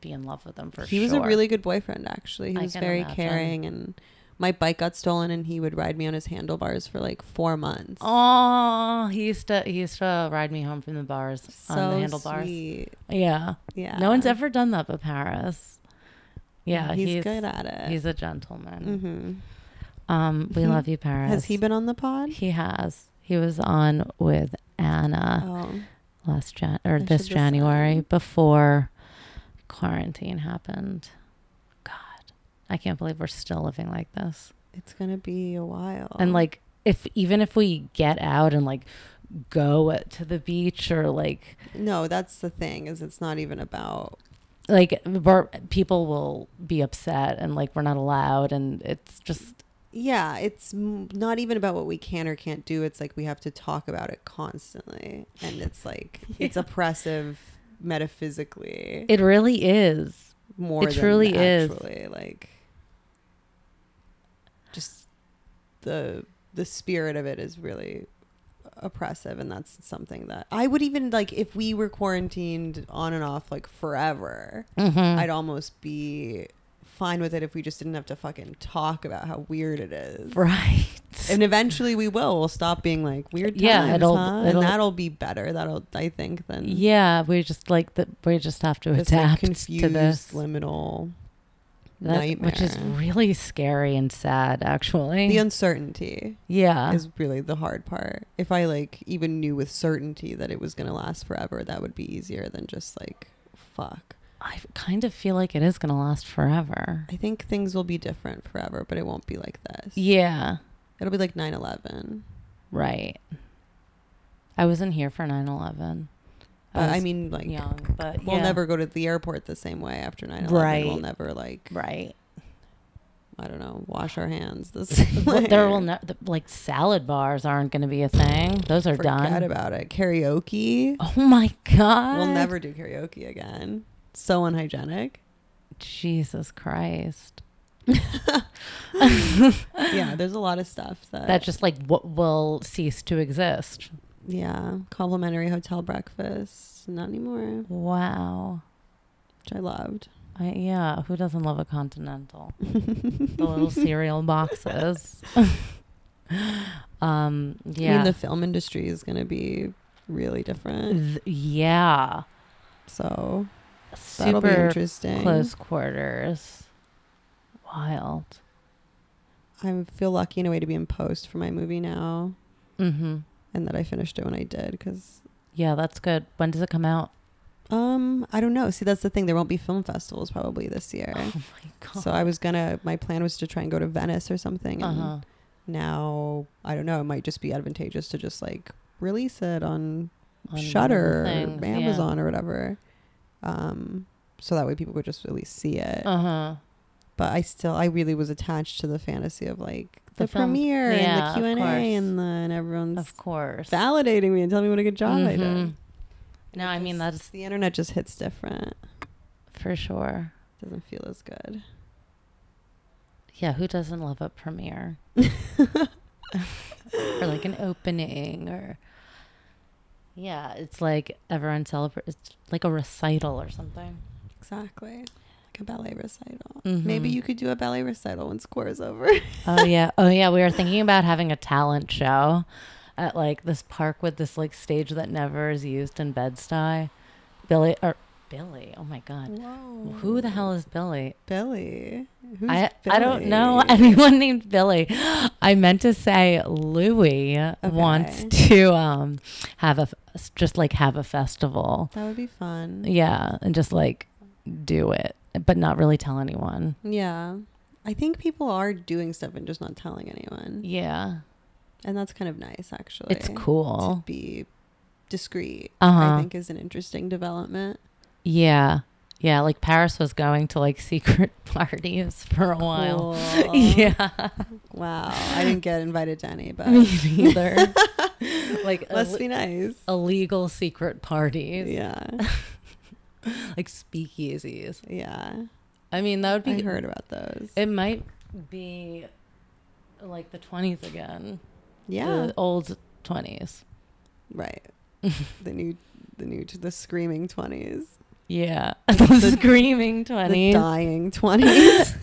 [SPEAKER 1] be in love with him for
[SPEAKER 2] he
[SPEAKER 1] sure.
[SPEAKER 2] was a really good boyfriend, actually. He
[SPEAKER 1] I
[SPEAKER 2] was
[SPEAKER 1] can
[SPEAKER 2] very
[SPEAKER 1] imagine.
[SPEAKER 2] caring, and my bike got stolen, and he would ride me on his handlebars for like four months.
[SPEAKER 1] Oh, he used to he used to ride me home from the bars
[SPEAKER 2] so
[SPEAKER 1] on the handlebars.
[SPEAKER 2] sweet.
[SPEAKER 1] Yeah.
[SPEAKER 2] Yeah.
[SPEAKER 1] No one's ever done that but Paris. Yeah,
[SPEAKER 2] he's, good at it.
[SPEAKER 1] He's a gentleman.
[SPEAKER 2] hmm
[SPEAKER 1] Um, we
[SPEAKER 2] He-
[SPEAKER 1] love you, Paris.
[SPEAKER 2] Has he been on the pod?
[SPEAKER 1] He has. He was on with Anna
[SPEAKER 2] Oh,
[SPEAKER 1] last Jan
[SPEAKER 2] I
[SPEAKER 1] or
[SPEAKER 2] should
[SPEAKER 1] this January
[SPEAKER 2] listen.
[SPEAKER 1] before quarantine happened. God, I can't believe we're still living like this.
[SPEAKER 2] it's gonna be a while.
[SPEAKER 1] And like, if even if we get out and like go to the beach or like
[SPEAKER 2] no, that's the thing is it's not even about
[SPEAKER 1] like we're, people will be upset and like we're not allowed and it's just
[SPEAKER 2] yeah, it's m- not even about what we can or can't do. It's like we have to talk about it constantly, and it's like it's oppressive metaphysically.
[SPEAKER 1] it really is
[SPEAKER 2] more,
[SPEAKER 1] it
[SPEAKER 2] than
[SPEAKER 1] truly is.
[SPEAKER 2] actually, like just the the spirit of it is really oppressive, and that's something that I would even like if we were quarantined on and off like forever.
[SPEAKER 1] Mm.
[SPEAKER 2] I'd almost be fine with it if we just didn't have to fucking talk about how weird it is.
[SPEAKER 1] right
[SPEAKER 2] And eventually we will. We'll stop being like weird times,
[SPEAKER 1] Yeah, it'll-
[SPEAKER 2] huh?
[SPEAKER 1] it'll-
[SPEAKER 2] and that'll be better. That'll I think than
[SPEAKER 1] yeah we just like the we just have to
[SPEAKER 2] this, like,
[SPEAKER 1] adapt
[SPEAKER 2] confused
[SPEAKER 1] to this
[SPEAKER 2] liminal
[SPEAKER 1] That- which is
[SPEAKER 2] nightmare.
[SPEAKER 1] really scary and sad actually
[SPEAKER 2] the uncertainty
[SPEAKER 1] yeah
[SPEAKER 2] is really the hard part. If I like even knew with certainty that it was gonna last forever, that would be easier than just like fuck.
[SPEAKER 1] i kind of feel like it is going to last forever
[SPEAKER 2] I think things will be different forever, but it won't be like this.
[SPEAKER 1] yeah
[SPEAKER 2] It'll be like 9/11.
[SPEAKER 1] right i wasn't here for 9-11
[SPEAKER 2] But I,
[SPEAKER 1] was
[SPEAKER 2] mean like
[SPEAKER 1] young but
[SPEAKER 2] we'll
[SPEAKER 1] yeah.
[SPEAKER 2] never go to the airport the same way after 9/11. We'll
[SPEAKER 1] Right.
[SPEAKER 2] never like
[SPEAKER 1] right
[SPEAKER 2] I don't know, wash our hands the same
[SPEAKER 1] Well,
[SPEAKER 2] way.
[SPEAKER 1] there will not like salad bars aren't going to be a thing those are
[SPEAKER 2] Forget
[SPEAKER 1] done
[SPEAKER 2] about it. Karaoke.
[SPEAKER 1] oh my god
[SPEAKER 2] We'll never do karaoke again. So unhygienic.
[SPEAKER 1] jesus christ
[SPEAKER 2] yeah, there's a lot of stuff that
[SPEAKER 1] that just like what will cease to exist
[SPEAKER 2] Yeah, complimentary hotel breakfast. Not anymore,
[SPEAKER 1] wow
[SPEAKER 2] which I loved.
[SPEAKER 1] I, yeah who doesn't love a continental the little cereal boxes um
[SPEAKER 2] I
[SPEAKER 1] yeah
[SPEAKER 2] mean, the film industry is going to be really
[SPEAKER 1] Th-
[SPEAKER 2] different.
[SPEAKER 1] yeah
[SPEAKER 2] So that'll be
[SPEAKER 1] super
[SPEAKER 2] interesting.
[SPEAKER 1] close quarters wild
[SPEAKER 2] I feel lucky in a way to be in post for my movie now
[SPEAKER 1] mm-hmm
[SPEAKER 2] and that I finished it when I did because,
[SPEAKER 1] yeah that's good when does it come out
[SPEAKER 2] um, I don't know. See, that's the thing. There won't be film festivals probably this year.
[SPEAKER 1] oh my god
[SPEAKER 2] So I was going to, my plan was to try and go to Venice or something. And
[SPEAKER 1] uh-huh
[SPEAKER 2] now, I don't know. It might just be advantageous to just like release it on
[SPEAKER 1] On one of the
[SPEAKER 2] Shutter,
[SPEAKER 1] things,
[SPEAKER 2] or
[SPEAKER 1] yeah.
[SPEAKER 2] Amazon, or whatever. Um, so that way people could just at least see it.
[SPEAKER 1] uh-huh
[SPEAKER 2] but I still, I really was attached to the fantasy of like
[SPEAKER 1] The
[SPEAKER 2] the,
[SPEAKER 1] film-
[SPEAKER 2] premiere
[SPEAKER 1] yeah, of
[SPEAKER 2] and the Q and A,
[SPEAKER 1] course.
[SPEAKER 2] and the and everyone's
[SPEAKER 1] of course
[SPEAKER 2] validating me and telling me what a good job I
[SPEAKER 1] Mhm.
[SPEAKER 2] did.
[SPEAKER 1] No, I mean,
[SPEAKER 2] Just-
[SPEAKER 1] that's-
[SPEAKER 2] the internet just hits different.
[SPEAKER 1] for sure
[SPEAKER 2] Doesn't feel as good.
[SPEAKER 1] yeah who doesn't love a premiere or like an opening or yeah it's like everyone celebrates it's like a recital or something
[SPEAKER 2] Exactly. Like a ballet recital.
[SPEAKER 1] Mhm.
[SPEAKER 2] Maybe you could do a ballet recital when score is over.
[SPEAKER 1] oh yeah oh yeah we were thinking about having a talent show at like this park with this like stage that never is used in bed-stuy billy or billy oh my god
[SPEAKER 2] Whoa.
[SPEAKER 1] who the hell is billy
[SPEAKER 2] Billy? Who's
[SPEAKER 1] I, I don't know
[SPEAKER 2] Billy?
[SPEAKER 1] anyone named Billy. I meant to say Louis wants to um have a f- just like have a festival.
[SPEAKER 2] That would be fun.
[SPEAKER 1] Yeah, and just like do it, but not really tell anyone.
[SPEAKER 2] Yeah. I think people are doing stuff and just not telling anyone.
[SPEAKER 1] Yeah.
[SPEAKER 2] And that's kind of nice, actually.
[SPEAKER 1] It's cool.
[SPEAKER 2] To be discreet,
[SPEAKER 1] Uh-huh.
[SPEAKER 2] I think, is an interesting development.
[SPEAKER 1] Yeah. Yeah, like Paris was going to like secret parties for a while.
[SPEAKER 2] Cool.
[SPEAKER 1] Yeah.
[SPEAKER 2] Wow. I didn't get invited to any, but
[SPEAKER 1] Me neither. like
[SPEAKER 2] must
[SPEAKER 1] Ill-
[SPEAKER 2] be nice.
[SPEAKER 1] illegal secret parties,
[SPEAKER 2] Yeah.
[SPEAKER 1] like speakeasies.
[SPEAKER 2] Yeah.
[SPEAKER 1] I mean, that would
[SPEAKER 2] I
[SPEAKER 1] be.
[SPEAKER 2] heard about those.
[SPEAKER 1] It might be like the 20s again.
[SPEAKER 2] yeah,
[SPEAKER 1] The old 20s.
[SPEAKER 2] right. the new, the new, the screaming twenties,
[SPEAKER 1] Yeah. The screaming
[SPEAKER 2] the
[SPEAKER 1] 20s.
[SPEAKER 2] dying twenties.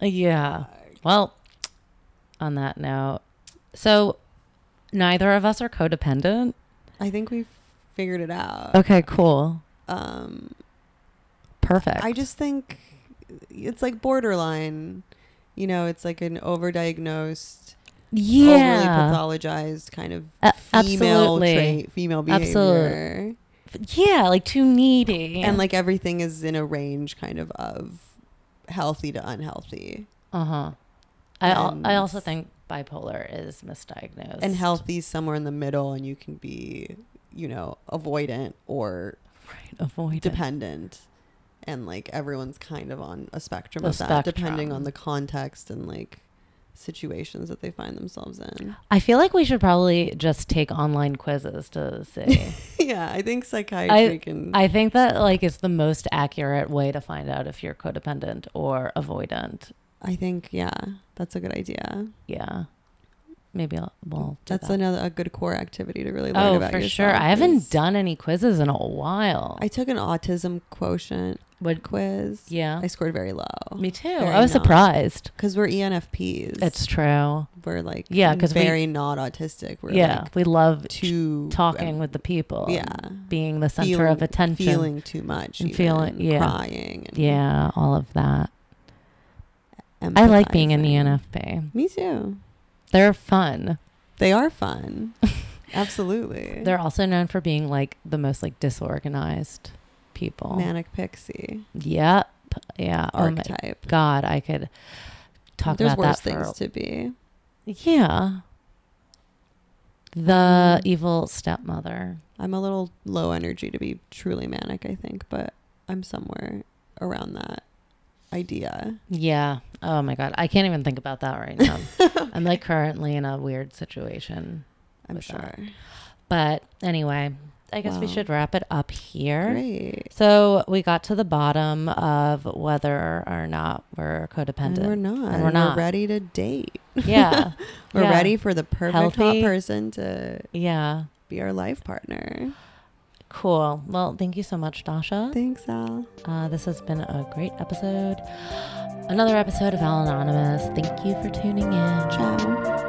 [SPEAKER 1] yeah. Well, on that note, so neither of us are codependent.
[SPEAKER 2] I think we've figured it out.
[SPEAKER 1] Okay, cool.
[SPEAKER 2] Um,
[SPEAKER 1] Perfect.
[SPEAKER 2] I just think it's like borderline. You know, it's like an overdiagnosed,
[SPEAKER 1] yeah.
[SPEAKER 2] overly pathologized kind of
[SPEAKER 1] A-
[SPEAKER 2] female
[SPEAKER 1] absolutely.
[SPEAKER 2] trait, female behavior.
[SPEAKER 1] Absolute. Yeah, like too needy.
[SPEAKER 2] And like everything is in a range kind of of healthy to unhealthy.
[SPEAKER 1] uh huh. I al- I
[SPEAKER 2] And-
[SPEAKER 1] also think bipolar is misdiagnosed.
[SPEAKER 2] And healthy is somewhere in the middle and you can be, you know, avoidant or
[SPEAKER 1] right, avoid it.
[SPEAKER 2] dependent. And like everyone's kind of on a spectrum
[SPEAKER 1] A
[SPEAKER 2] of that depending
[SPEAKER 1] spectrum.
[SPEAKER 2] on the context and like situations that they find themselves in.
[SPEAKER 1] I feel like we should probably just take online quizzes to see.
[SPEAKER 2] yeah, I think psychiatry can
[SPEAKER 1] I think that like is the most accurate way to find out if you're codependent or avoidant.
[SPEAKER 2] I think yeah, that's a good idea.
[SPEAKER 1] Yeah. Maybe I'll, we'll do
[SPEAKER 2] That's
[SPEAKER 1] that.
[SPEAKER 2] another a good core activity to really learn
[SPEAKER 1] Oh,
[SPEAKER 2] about
[SPEAKER 1] for
[SPEAKER 2] yourself
[SPEAKER 1] sure. I haven't
[SPEAKER 2] is-
[SPEAKER 1] done any quizzes in a while.
[SPEAKER 2] I took an autism quotient
[SPEAKER 1] What-
[SPEAKER 2] quiz.
[SPEAKER 1] yeah.
[SPEAKER 2] I scored very low
[SPEAKER 1] Me too.
[SPEAKER 2] very
[SPEAKER 1] I was
[SPEAKER 2] not.
[SPEAKER 1] surprised.
[SPEAKER 2] because we're E ENFPs.
[SPEAKER 1] It's true.
[SPEAKER 2] we're like
[SPEAKER 1] Yeah, 'cause we-
[SPEAKER 2] very not autistic. We're
[SPEAKER 1] yeah.
[SPEAKER 2] like
[SPEAKER 1] we love
[SPEAKER 2] too
[SPEAKER 1] talking with the people.
[SPEAKER 2] yeah,
[SPEAKER 1] Being the center
[SPEAKER 2] feeling-
[SPEAKER 1] of attention.
[SPEAKER 2] feeling too much,
[SPEAKER 1] And
[SPEAKER 2] even,
[SPEAKER 1] feeling- yeah.
[SPEAKER 2] crying. And
[SPEAKER 1] Yeah, all of that.
[SPEAKER 2] Mm-hmm.
[SPEAKER 1] I like being E an
[SPEAKER 2] empathizing.
[SPEAKER 1] ENFP.
[SPEAKER 2] Me too.
[SPEAKER 1] They're fun.
[SPEAKER 2] They are fun. Absolutely.
[SPEAKER 1] They're also known for being like the most like disorganized people.
[SPEAKER 2] manic pixie
[SPEAKER 1] Yep. Yeah. Oh my
[SPEAKER 2] archetype.
[SPEAKER 1] god, I could talk
[SPEAKER 2] There's
[SPEAKER 1] about
[SPEAKER 2] worse
[SPEAKER 1] that for
[SPEAKER 2] things to be.
[SPEAKER 1] Yeah. The
[SPEAKER 2] Mm.
[SPEAKER 1] evil stepmother.
[SPEAKER 2] I'm a little low energy to be truly manic, I think, but I'm somewhere around that idea.
[SPEAKER 1] Yeah. Oh my god. I can't even think about that right now. I'm like currently in a weird situation.
[SPEAKER 2] I'm
[SPEAKER 1] With
[SPEAKER 2] sure.
[SPEAKER 1] that. But anyway, I guess we
[SPEAKER 2] Wow.
[SPEAKER 1] should wrap it up here.
[SPEAKER 2] Great.
[SPEAKER 1] So we got to the bottom of whether or not we're
[SPEAKER 2] And
[SPEAKER 1] codependent.
[SPEAKER 2] we're not.
[SPEAKER 1] And we're not.
[SPEAKER 2] ready to date.
[SPEAKER 1] yeah.
[SPEAKER 2] We're
[SPEAKER 1] Yeah.
[SPEAKER 2] ready for the perfect hot
[SPEAKER 1] Healthy.
[SPEAKER 2] person to
[SPEAKER 1] Yeah.
[SPEAKER 2] be our life partner.
[SPEAKER 1] Cool. Well, thank you so much, Dasha.
[SPEAKER 2] Thanks, Al.
[SPEAKER 1] Uh, this has been a great episode. Another episode of Al Anonymous. Thank you for tuning in.
[SPEAKER 2] Ciao.